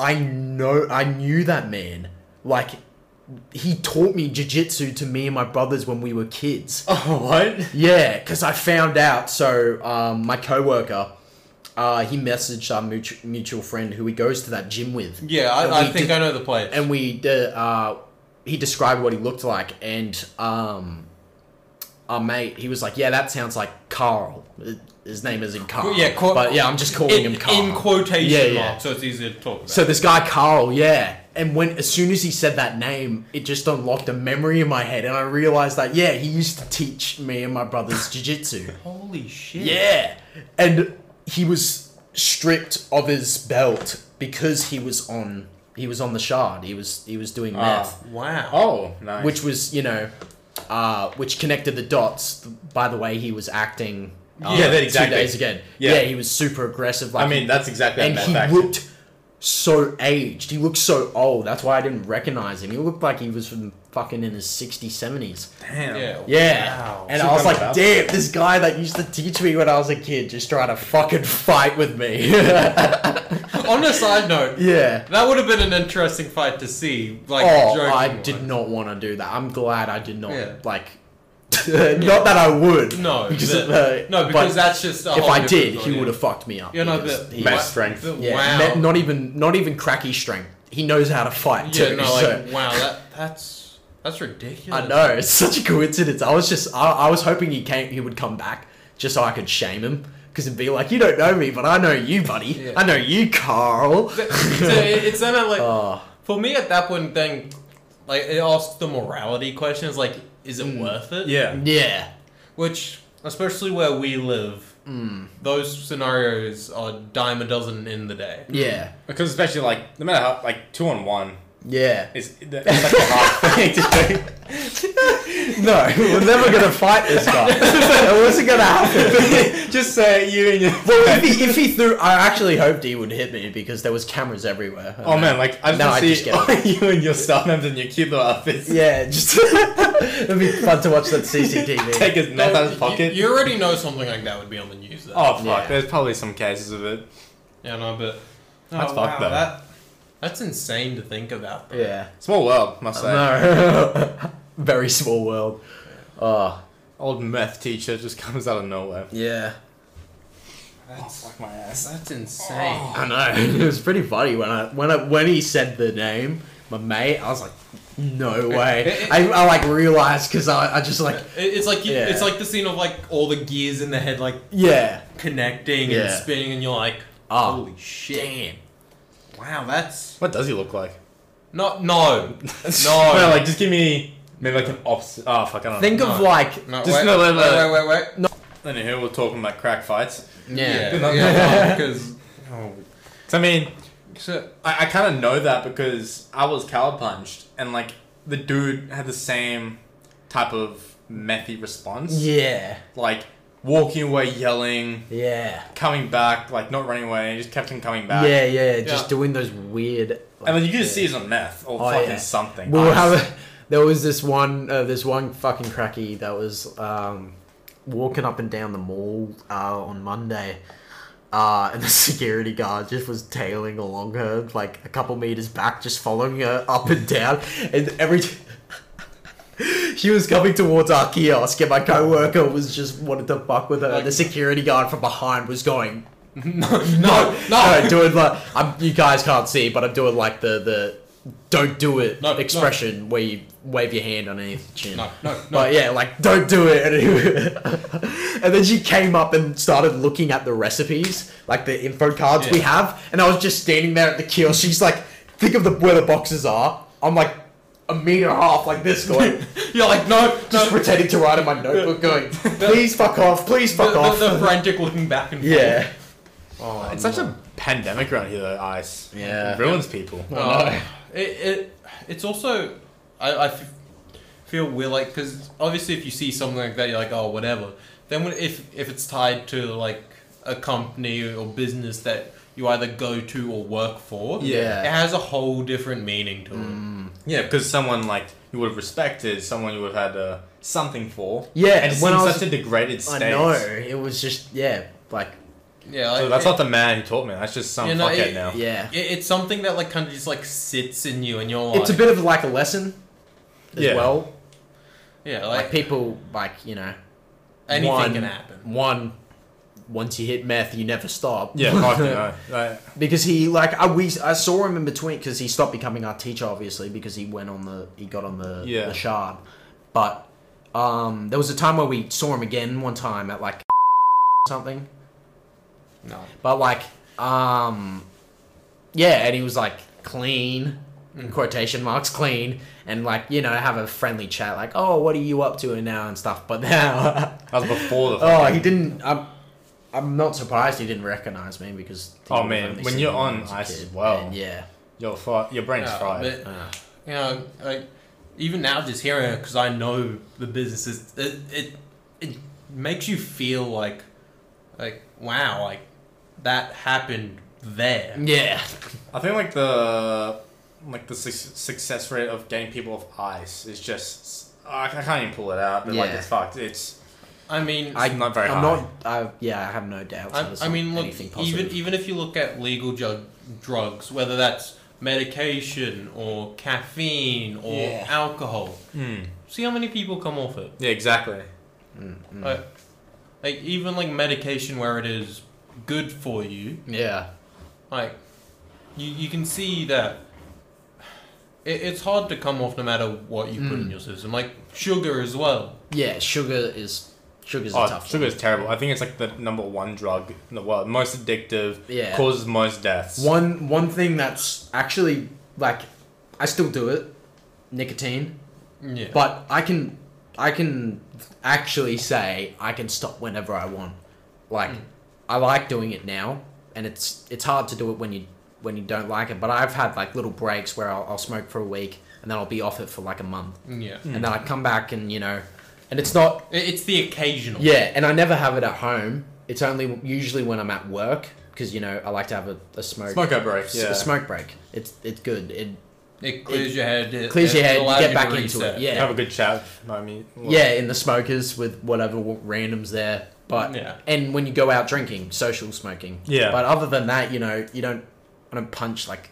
S1: I know I knew that man. Like he taught me jiu-jitsu to me and my brothers when we were kids.
S4: Oh, what?
S1: Yeah, because I found out. So um, my coworker, uh, he messaged our mutual, mutual friend who he goes to that gym with.
S2: Yeah,
S1: And
S2: I,
S1: we
S2: I think
S1: did-
S2: I know the place.
S1: and we de- uh, he described what he looked like and um our mate he was like yeah that sounds like carl his name isn't carl
S2: yeah, Cor-
S1: but yeah i'm just calling
S2: in,
S1: him carl
S2: in quotation
S1: Yeah, yeah.
S2: marks, so it's easier to talk about.
S1: so this guy carl yeah and when as soon as he said that name it just unlocked a memory in my head and i realized that yeah he used to teach me and my brothers jiu-jitsu
S2: Holy shit.
S1: yeah. And he was stripped of his belt because he was on he was on the shard. He was he was doing meth,
S2: Wow.
S4: Oh, Ah, nice.
S1: which was, you know, uh, which connected the dots by the way he was acting uh,
S4: Yeah, that
S1: two
S4: exactly.
S1: days again. Yeah.
S4: Yeah.
S1: he was super aggressive like
S4: I mean, that's exactly
S1: and
S4: that
S1: he
S4: fact.
S1: looked so aged. He looked so old. That's why I didn't recognize him. He looked like he was from fucking in his 60s, 70s.
S4: Damn.
S2: Yeah.
S1: Yeah.
S2: Wow.
S1: And
S4: So
S1: I was
S4: dumb
S1: like,
S4: about
S1: damn, this guy that used to teach me when I was a kid just trying to fucking fight with me.
S2: On a side note,
S1: yeah.
S2: that would have been an interesting fight to see. Like,
S1: Oh,
S2: joking
S1: I
S2: wise.
S1: did not want to do that. I'm glad I did not.
S2: Yeah.
S1: Like, not that I would.
S2: No,
S1: Because
S2: the-
S1: of, uh,
S2: no, because
S1: but
S2: that's just. A
S1: if
S2: whole
S1: I
S2: different
S1: did,
S2: thing,
S1: he
S2: yeah.
S1: would have fucked me up.
S2: You know,
S1: because
S2: but
S1: he-
S4: Best strength.
S2: but
S1: yeah,
S2: wow.
S1: me- not even not even cracky strength. He knows how to fight
S2: yeah,
S1: too.
S2: no,
S1: so.
S2: like wow, that that's that's ridiculous.
S1: I know it's such a coincidence. I was just I, I was hoping he came he would come back just so I could shame him because it'd be like you don't know me, but I know you, buddy.
S2: Yeah.
S1: I know you, Carl.
S2: So it- it's then like
S1: Oh.
S2: for me at that point, then like it asks the morality question: is like, is it worth it?
S4: Yeah.
S1: Yeah,
S2: Which, especially where we live,
S4: Hmm.
S2: those scenarios are dime a dozen in the day.
S1: yeah,
S4: Because especially like no matter how like two on one
S1: yeah.
S4: is it's like a hard thing to do.
S1: No, we're never gonna fight this guy. it wasn't gonna happen.
S4: Just say you and your.
S1: well, if he, if he threw, I actually hoped he would hit me because there was cameras everywhere. Uh,
S4: Oh man, like I just
S1: No,
S4: wanna
S1: I
S4: see
S1: just get
S4: you and your staff members in your cute little outfits.
S1: Yeah, just it'd be fun to watch that CCTV.
S4: Take his meth out of his
S2: You-
S4: pocket.
S2: You, already know something like that would be on the news. Though.
S4: oh fuck,
S1: Yeah.
S4: there's probably some cases of it.
S2: yeah, no, but
S4: That's
S2: oh,
S4: fucked, though.
S2: That, that's insane to think about. Though.
S1: Yeah,
S4: Small world, must say.
S1: no, very small world. Oh,
S4: Old meth teacher just comes out of nowhere.
S1: yeah.
S2: that's,
S4: Oh, fuck my ass. Oh.
S2: that's insane.
S1: I know. It was pretty funny when I when I when he said the name, my mate. I was like, no way. I, I like realized because I, I just like
S2: It- It's like you,
S1: Yeah.
S2: it's like the scene of like all the gears in the head like
S1: yeah.
S2: connecting and
S1: Yeah.
S2: spinning, and you're like,
S1: Ah.
S2: holy shit! Wow, that's
S4: What does he look like?
S2: not no
S4: No,
S2: no.
S4: like just give me maybe like an opposite. Oh fuck, I don't
S1: Think
S4: know.
S1: of
S2: No.
S1: like
S2: no
S4: just
S2: wait,
S4: no, wait,
S2: wait, wait,
S4: wait.
S2: wait, wait.
S4: Think anywho, we're talking about crack fights.
S1: yeah.
S2: yeah, yeah, because
S4: So, I mean,
S2: so,
S4: I, I kind of know that because I was cow punched and like the dude had the same type of methy response.
S1: yeah,
S4: Like walking away, yelling,
S1: yeah,
S4: coming back, like not running away, he just kept on coming back.
S1: yeah, yeah. Just
S2: Yeah.
S1: doing those weird. Like,
S4: And like you could just see
S1: yeah.
S4: he's on meth or
S1: Oh,
S4: fucking
S1: yeah.
S4: something.
S1: We'll
S4: Ice.
S1: have. There was this one. Uh, this one fucking cracky that was um, walking up and down the mall uh, on Monday. Uh, and the security guard just was tailing along her, like a couple meters back, just following her up and down. And every t- she was coming towards our kiosk, and my coworker was just wanted to fuck with her. and the security guard from behind was going,
S2: no no no.
S1: doing like I'm, you guys can't see, but I'm doing like the the don't do it
S2: No, no.
S1: expression where you wave your hand underneath the chin.
S2: No, no, no.
S1: But yeah, like don't do it. And, and then she came up and started looking at the recipes, like the info cards we
S2: Yeah.
S1: have. And I was just standing there at the kiosk. She's like, think of the where the boxes are. I'm like a meter and a half like this going.
S2: You're like, no, no.
S1: Just pretending to write in my notebook, going, "Please fuck off! Please
S2: the,
S1: fuck off!"
S2: the- the frantic looking back and forth.
S1: yeah,
S2: Oh,
S3: It's such a pandemic around here, though, ice.
S1: Yeah.
S3: It ruins people.
S2: Uh, it, it it's also I, I f- feel we're like because obviously if you see something like that you're like oh whatever then when, if if it's tied to like a company or business that you either go to or work for
S1: Yeah. Mm.
S2: it has a whole different meaning to it
S3: Yeah, because someone like you would have respected, someone you would have had uh, something for.
S1: Yeah,
S3: and it's
S1: when
S3: in
S1: I was-
S3: such a degraded
S1: I
S3: state.
S1: know. It was just yeah, like
S2: yeah like,
S3: So that's
S2: it,
S3: not the man who taught me. That's just some
S2: You know,
S3: fuckhead
S2: it-
S3: now.
S1: yeah.
S2: it- it's something that like kind of just like sits in you and you're like
S1: It's a bit of like a lesson as
S3: Yeah.
S1: well.
S2: yeah
S1: Like,
S2: like,
S1: people, like you know,
S2: anything
S1: one-
S2: can happen
S1: One, once you hit meth, you never stop.
S3: Yeah, fuck no. Like,
S1: because he like I we I saw him in between because he stopped becoming our teacher obviously because he went on the he got on the
S3: Yeah.
S1: the shard, but um there was a time where we saw him again one time at like something
S2: no
S1: But like, um, yeah, and he was like clean, in quotation marks clean, and like you know have a friendly chat, like oh what are you up to now and stuff. But now,
S3: that was before the.
S1: oh he didn't. I'm, I'm not surprised he didn't recognize me because. he
S3: Oh,
S1: was
S3: man,
S1: only
S3: when
S1: seen
S3: you're
S1: me
S3: on
S1: as a
S3: ice
S1: kid,
S3: as well.
S1: and yeah,
S3: Your, fu- your brain's
S2: Yeah,
S3: fried.
S2: but-
S1: uh,
S2: you know, like even now just hearing it because I know the business is it, it it makes you feel like like wow like that happened there.
S1: yeah,
S3: I think like the like the su- success rate of getting people off ice is just I, I can't even pull it out, but like
S1: Yeah.
S3: it's fucked. It's
S2: I mean,
S1: I-
S3: it's not very
S1: I'm
S3: high.
S1: not. I, yeah, I have no doubts.
S2: I,
S1: that it's
S2: I
S1: not
S2: mean, look,
S1: anything positive.
S2: even e- even if you look at legal drug drugs, whether that's medication or caffeine or
S1: Yeah.
S2: alcohol,
S3: Mm.
S2: see how many people come off it.
S3: Yeah, exactly.
S1: Mm,
S2: Like, like even like medication where it is good for you,
S1: yeah,
S2: like you, you can see that it, it's hard to come off no matter what you
S1: Mm.
S2: put in your system like sugar as well
S1: yeah, sugar is sugar's a
S3: Oh,
S1: tough
S3: sugar
S1: one.
S3: is terrible. I think it's like the number one drug in the world, most addictive,
S1: Yeah.
S3: causes most deaths.
S1: One one thing that's actually like I still do it, nicotine,
S2: yeah
S1: but I can I can actually say I can stop whenever I want. Like I like doing it now, and it's it's hard to do it when you when you don't like it. But I've had like little breaks where I'll, I'll smoke for a week and then I'll be off it for like a month,
S2: yeah
S1: and then I come back and you know, and it's not
S2: It- it's the occasional
S1: yeah, and I never have it at home. It's only usually when I'm at work because you know I like to have a, a smoke
S3: Smoker breaks.
S1: s-
S3: Yeah.
S1: a smoke break. It's it's good. It
S2: it clears your head it
S1: clears your
S2: it
S1: head.
S2: allows
S1: You get
S2: to
S1: back into
S2: reset.
S1: it. Yeah,
S3: Have a good chat. with my me-
S1: yeah, in the smokers with whatever w- randoms there. But
S2: Yeah.
S1: and when you go out drinking, social smoking.
S3: Yeah.
S1: But other than that, you know, you don't I don't punch like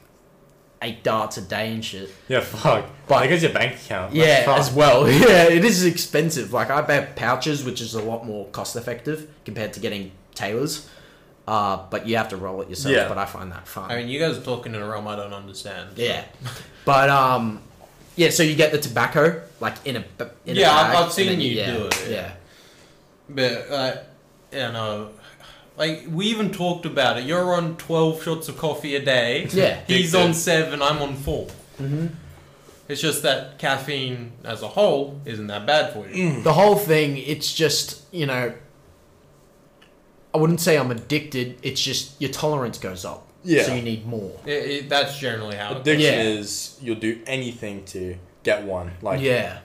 S1: eight darts a day and shit.
S3: Yeah, fuck. But it goes your bank account. Like,
S1: Yeah,
S3: fuck.
S1: as well. Yeah, it is expensive. Like I buy pouches, which is a lot more cost effective compared to getting tailors. Uh, but you have to roll it yourself.
S3: Yeah.
S1: But I find that fun.
S2: i mean you guys are talking in a realm i don't understand
S1: yeah, but um, yeah. So you get the tobacco like in a b- in
S2: Yeah,
S1: A
S2: I've-
S1: bag,
S2: I've
S1: and
S2: seen
S1: then
S2: you
S1: yeah,
S2: do it,
S1: Yeah,
S2: but uh, you know like we even talked about it you're on 12 shots of coffee a day
S1: Yeah.
S2: he's
S3: Addicted.
S2: on seven i'm on 4 mm-hmm. it's just that caffeine as a whole isn't that bad for you
S1: the whole thing. It's just you know, I wouldn't say I'm addicted. It's just your tolerance goes up.
S3: Yeah.
S1: So you need more.
S2: It, it, that's generally how it
S3: Addiction
S1: Yeah.
S3: is you'll do anything to get one. Like
S1: yeah.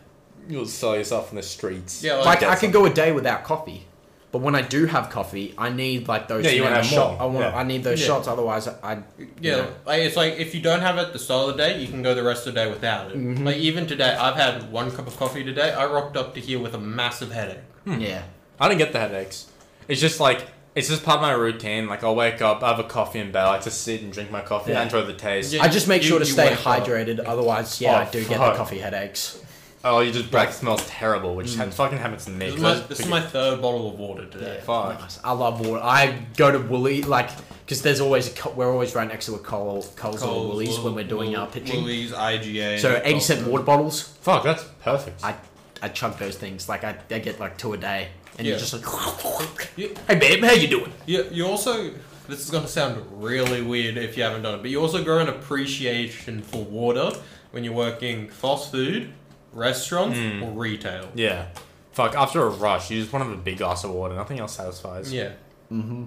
S3: you'll sell yourself in the streets.
S2: Yeah,
S1: like
S3: get
S1: I could go a day without coffee, but when I do have coffee, I need like those.
S3: Yeah, you wanna
S1: amount of
S3: have more.
S1: shot- I want.
S3: Yeah.
S1: I need those
S2: Yeah.
S1: shots. Otherwise, I. I you
S2: Yeah,
S1: know.
S2: like, it's like if you don't have it at the start of the day, you can go the rest of the day without it.
S1: Mm-hmm.
S2: Like even today, I've had one cup of coffee today. I rocked up to here with a massive headache.
S1: Yeah.
S3: I don't get the headaches. It's just like it's just part of my routine. Like I'll wake up, I have a coffee in bed, I like to sit and drink my coffee,
S1: Yeah.
S3: I enjoy the taste.
S2: Yeah.
S1: I just make
S2: You-
S1: sure to
S2: you
S1: stay
S2: wake up.
S1: hydrated. Otherwise, yeah,
S3: Oh,
S1: I do get the
S3: fuck.
S1: coffee headaches.
S3: Oh, you just bracket smells terrible, which
S1: Mm.
S3: ha- fucking happens to me.
S2: This is,
S3: 'cause
S2: my,
S3: I-
S2: this is my third bottle of water today.
S3: Fuck.
S1: Nice. I love water. I go to Woolies like because there's always a co- we're always right next to a Cole, Coles or
S2: Coles,
S1: Woolies when we're doing
S2: Wool-
S1: our pitching.
S2: Woolies, IGA.
S1: so eighty cent water bottles.
S3: Fuck, that's perfect.
S1: I I chug those things like I, I get like two a day, and you're
S2: Yeah.
S1: just like,
S2: Yeah.
S1: hey babe, how you doing?
S2: You, you also, this is going to sound really weird if you haven't done it, but you also grow an appreciation for water when you're working fast food, restaurants,
S1: Mm.
S2: or retail.
S3: yeah. Fuck, after a rush, you just want to have a big glass of water. Nothing else satisfies.
S2: Yeah. Mm-hmm.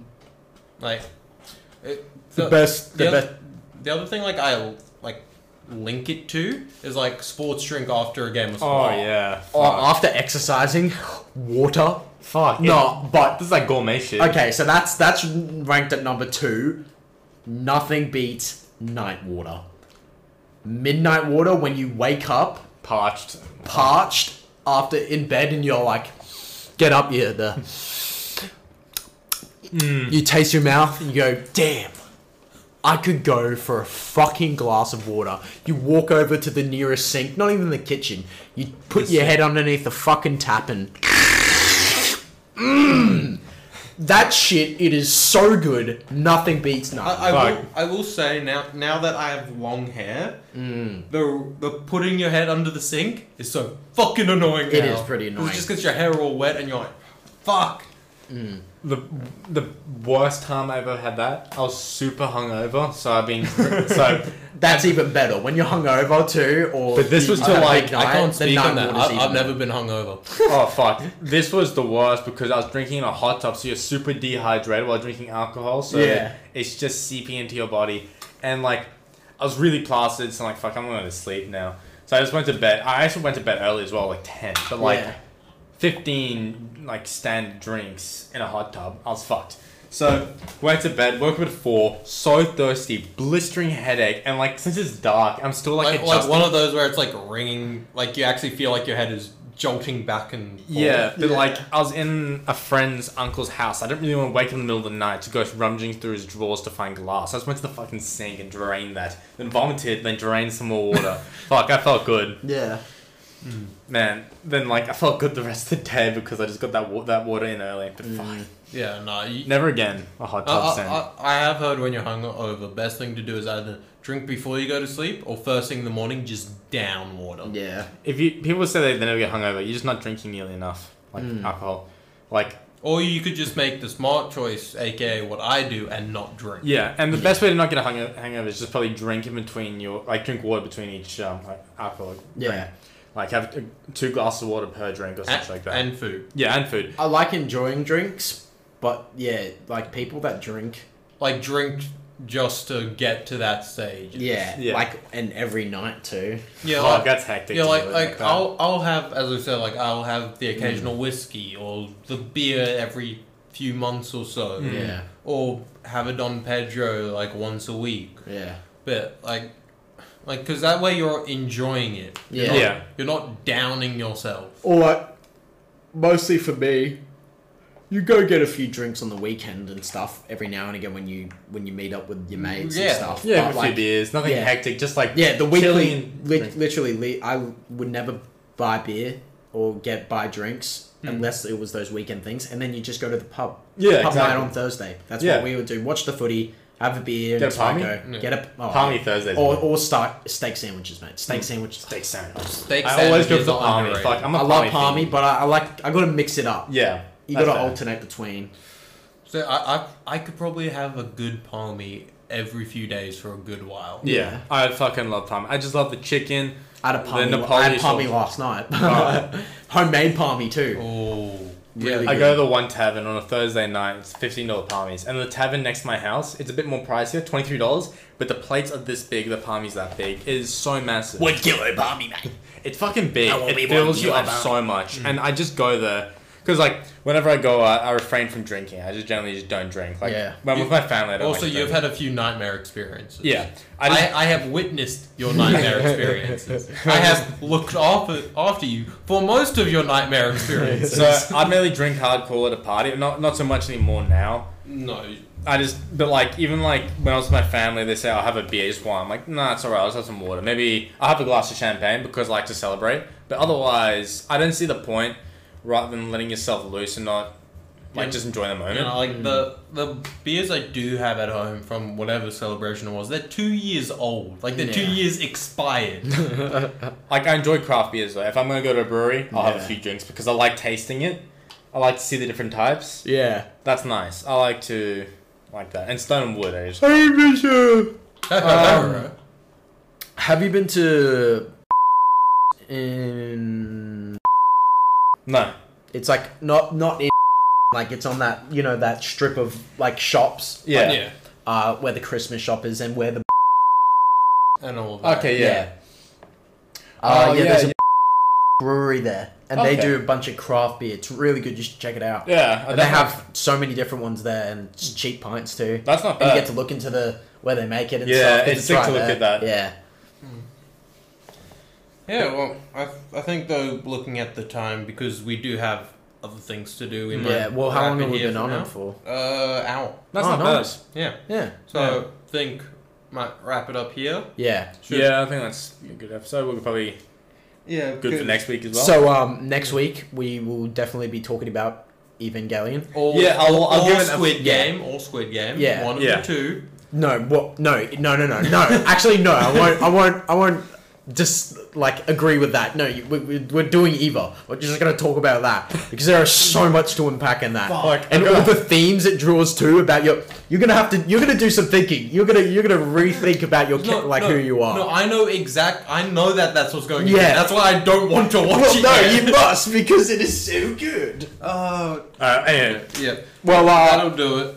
S2: Like, it,
S1: The best- the
S2: other,
S1: best-
S2: The other thing, like I like link it to is like sports drink after a game of
S3: Oh,
S2: sport.
S3: yeah. Fuck.
S1: Or after exercising, water.
S3: Fuck.
S1: No,
S3: it-
S1: but
S3: This is like gourmet shit.
S1: okay, so that's that's ranked at number two. Nothing beats night water. Midnight water when you wake up
S3: Parched.
S1: parched after in bed and you're like get up you the you taste your mouth and you go damn I could go for a fucking glass of water. You walk over to the nearest sink, not even the kitchen. You put your head underneath the fucking tap and Mm. that shit. It is so good. Nothing beats nothing.
S2: I, I, will,
S3: Fuck.
S2: I will say now now that I have long hair,
S1: Mm.
S2: the the putting your head under the sink is so fucking annoying.
S1: It
S2: now.
S1: is pretty annoying.
S2: It's just because your hair all wet and you're like, fuck.
S3: The the worst time I ever had that, I was super hungover, so I've been so.
S1: That's even better when you're hungover too. Or
S3: But this
S1: you-
S3: was
S1: you
S3: to,
S1: have a
S3: like,
S1: big
S3: I
S1: night,
S2: I can't
S1: the
S2: speak
S1: night
S2: on that.
S1: water's
S2: I've,
S1: even
S2: I've
S1: better.
S2: never been hungover.
S3: Oh fuck! This was the worst because I was drinking in a hot tub, so you're super dehydrated while drinking alcohol. So
S1: Yeah.
S3: it's just seeping into your body, and like I was really plastered, so I'm like fuck, I'm going to sleep now. So I just went to bed. I actually went to bed early as well, like ten, but like
S1: Yeah.
S3: fifteen like standard drinks in a hot tub. I was fucked. So went to bed, woke up at four, so thirsty, blistering headache, and like since it's dark, I'm still like,
S2: Like,
S3: adjusting.
S2: like one of those where it's like ringing, like you actually feel like your head is jolting back and forth.
S3: Yeah, but
S1: Yeah.
S3: like I was in a friend's uncle's house. I didn't really want to wake up in the middle of the night to go rummaging through his drawers to find glass. I just went to the fucking sink and drained that, then vomited, then drained some more water. Fuck, I felt good,
S1: Yeah.
S3: man. Then like I felt good the rest of the day because I just got that wa- that water in early. But fuck,
S2: Yeah, no. You,
S3: never again a hot
S2: I,
S3: tub
S2: I,
S3: stand.
S2: I- I have heard when you're hungover, best thing to do is either drink before you go to sleep or first thing in the morning, just down water.
S1: Yeah.
S3: if you people say they, they never get hungover, you're just not drinking nearly enough like alcohol. Like
S2: Or you could just make the smart choice, aka what I do, and not drink.
S3: Yeah, and the best way to not get a hung- hangover is just probably drink in between your like drink water between each um, like alcohol. Drink.
S1: Yeah.
S3: Like have uh, two glasses of water per drink or
S2: A-
S3: something like that.
S2: And food.
S3: yeah, and food.
S1: I like enjoying drinks, but yeah, like people that drink,
S2: Like drink just to get to that stage.
S1: yeah,
S3: Yeah.
S1: like and every night too.
S2: Yeah.
S3: Fuck,
S2: Like,
S3: Oh, that's hectic.
S2: yeah,
S3: to
S2: like
S3: do it
S2: like
S3: that. Mm.
S2: I'll I'll have as I said, like I'll have the occasional whiskey or the beer every few months or so.
S1: Yeah,
S2: Or have a Don Pedro like once a week.
S1: yeah,
S2: But like like because that way you're enjoying it. You're
S1: Yeah.
S2: not-
S3: Yeah.
S2: You're not downing yourself.
S1: or mostly for me. You go get a few drinks on the weekend and stuff every now and again when you when you meet up with your mates and
S2: Yeah.
S1: stuff.
S3: yeah,
S1: but
S3: with a few
S1: like,
S3: beers, nothing
S1: yeah.
S3: hectic, just like
S1: yeah, the
S3: chilling
S1: weekly
S3: and
S1: li-
S3: drink.
S1: literally, li- I would never buy beer or get buy drinks unless it was those weekend things, and then you just go to the pub.
S3: Hmm. Yeah,
S1: pub
S3: exactly.
S1: night on Thursday. That's
S3: Yeah.
S1: what we would do. Watch the footy, have a beer,
S3: Get a
S1: and try and
S3: palmy?
S1: go
S2: Yeah.
S1: get a oh,
S3: Palmy Thursdays.
S1: or
S3: man.
S1: or start steak sandwiches, mate. Steak sandwiches.
S3: steak sandwich.
S2: Steak
S3: I always go for
S2: sandwiches
S3: the
S2: are
S3: palmy.
S2: underrated.
S3: Fuck, I'm a
S1: I love
S3: palmy
S1: palmy,
S3: fiend.
S1: but I, I like I gotta mix it up.
S3: yeah,
S1: you
S3: that's
S1: gotta
S3: fair.
S1: alternate between.
S2: So I, I I could probably have a good palmy every few days for a good while.
S3: Yeah.
S1: Yeah.
S3: I fucking love palmy. I just love the chicken.
S1: I had a palmy.
S3: The
S1: I had
S3: Nepali
S1: palmy
S3: sauce.
S1: last night.
S3: Oh.
S1: Homemade palmy too.
S2: Oh,
S1: Really?
S2: yeah.
S3: I go to the one tavern on a Thursday night. It's fifteen dollar palmies, and the tavern next to my house, it's a bit more pricier, twenty three dollars. But the plates are this big, the palmies that big. It is so massive.
S1: One kilo palmy, mate.
S3: It's fucking big.
S1: I won't be
S3: It fills
S1: one
S3: you
S1: kilo
S3: up
S1: palmy. Mm.
S3: so much, and I just go there because like whenever I go, I, I refrain from drinking. I just generally just don't drink. Like
S1: Yeah.
S3: when I'm with my family, I don't
S2: Also,
S3: like to
S2: you've
S3: drink.
S2: had a few nightmare experiences.
S3: yeah. I just,
S2: I, I have witnessed your nightmare experiences. I have looked after, after you for most of your nightmare experiences.
S3: so I mainly drink hardcore at a party. Not not so much anymore now.
S2: no,
S3: I just, but like, even like when I was with my family, they say, I'll have a beer, just wine. I'm like, nah, it's alright, I'll just have some water. Maybe I'll have a glass of champagne because I like to celebrate. But otherwise, I don't see the point rather than letting yourself loose and not, like,
S2: Yeah.
S3: just enjoy the moment.
S2: You know, like the the beers I do have at home from whatever celebration it was, they're two years old. Like they're two
S1: Yeah.
S2: years expired.
S3: Like I enjoy craft beers though. If I'm gonna go to a brewery, I'll have a
S1: Yeah.
S3: few drinks because I like tasting it. I like to see the different types.
S1: Yeah.
S3: That's nice. I like to like that. And stone and wood. I just
S1: Hey, Misha.
S2: Um,
S1: Have you been to in?
S3: no.
S1: It's like not not in. Like it's on that you know that strip of like shops.
S3: Yeah.
S2: yeah.
S1: Uh, where the Christmas shop is and where the
S2: And all that.
S3: Okay. Yeah.
S1: uh,
S3: Oh,
S1: yeah,
S3: yeah,
S1: there's a
S3: yeah.
S1: brewery there and they
S3: Okay.
S1: do a bunch of craft beer. It's really good. You should check it out.
S3: Yeah.
S1: And they have so many different ones there and it's cheap pints too.
S3: That's not
S1: and you
S3: bad.
S1: get to look into the where they make it and
S3: Yeah,
S1: stuff.
S3: it's sick
S1: right
S3: to look
S1: there.
S3: at that.
S1: Yeah.
S2: Yeah, well, I, I think though looking at the time because we do have other things to do. We might
S1: Yeah. Well, how
S2: wrap
S1: long
S2: it
S1: have we
S2: here
S1: been
S2: for
S1: on
S2: now.
S1: it for?
S2: Uh, hour.
S3: That's
S1: Oh,
S3: not
S1: nice.
S2: Yeah.
S1: Yeah.
S2: So I think might wrap it up here.
S1: Yeah.
S3: bad. Yeah, I think that's a good episode. We're probably
S2: Yeah.
S3: good for next week as well.
S1: So um, next week we will definitely be talking about Evangelion.
S2: All,
S3: Yeah, I'll- I'll
S2: all
S3: give it a-
S2: Squid
S1: yeah.
S2: Game. All Squid Game.
S1: Yeah.
S2: One of
S3: Yeah.
S2: the two.
S1: No, what? No, no, no, no, no. Actually, no. I won't. I won't. I won't. Just like agree with that. No, you, we, we- we're doing Eva. We're just gonna talk about that because there is so much to unpack in that,
S3: Fuck.
S1: and all the themes it draws too about your. You're gonna have to. You're gonna do some thinking. You're gonna. You're gonna rethink about your ca- like who you are.
S2: No, I know exact. I know that that's what's going. Yeah.
S1: Yeah.
S2: That's why I don't want to watch
S1: well,
S2: it.
S1: no,
S2: yet.
S1: you must because it is so good.
S2: Oh.
S3: uh, anyway,
S2: Yeah.
S1: Well, uh,
S2: That'll do it.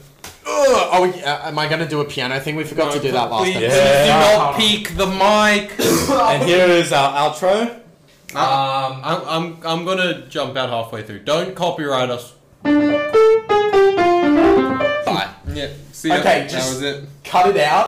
S1: Ugh, oh, yeah, am I gonna do a piano thing? We forgot to do that last
S2: please,
S1: time.
S2: please
S3: Yeah.
S2: do not peek the mic.
S3: and here is our outro.
S2: um, I'm, I'm, I'm gonna jump out halfway through. Don't copyright us.
S1: Bye.
S2: Yeah. See ya.
S1: Okay,
S2: that
S1: just-
S2: was it.
S1: Cut it out.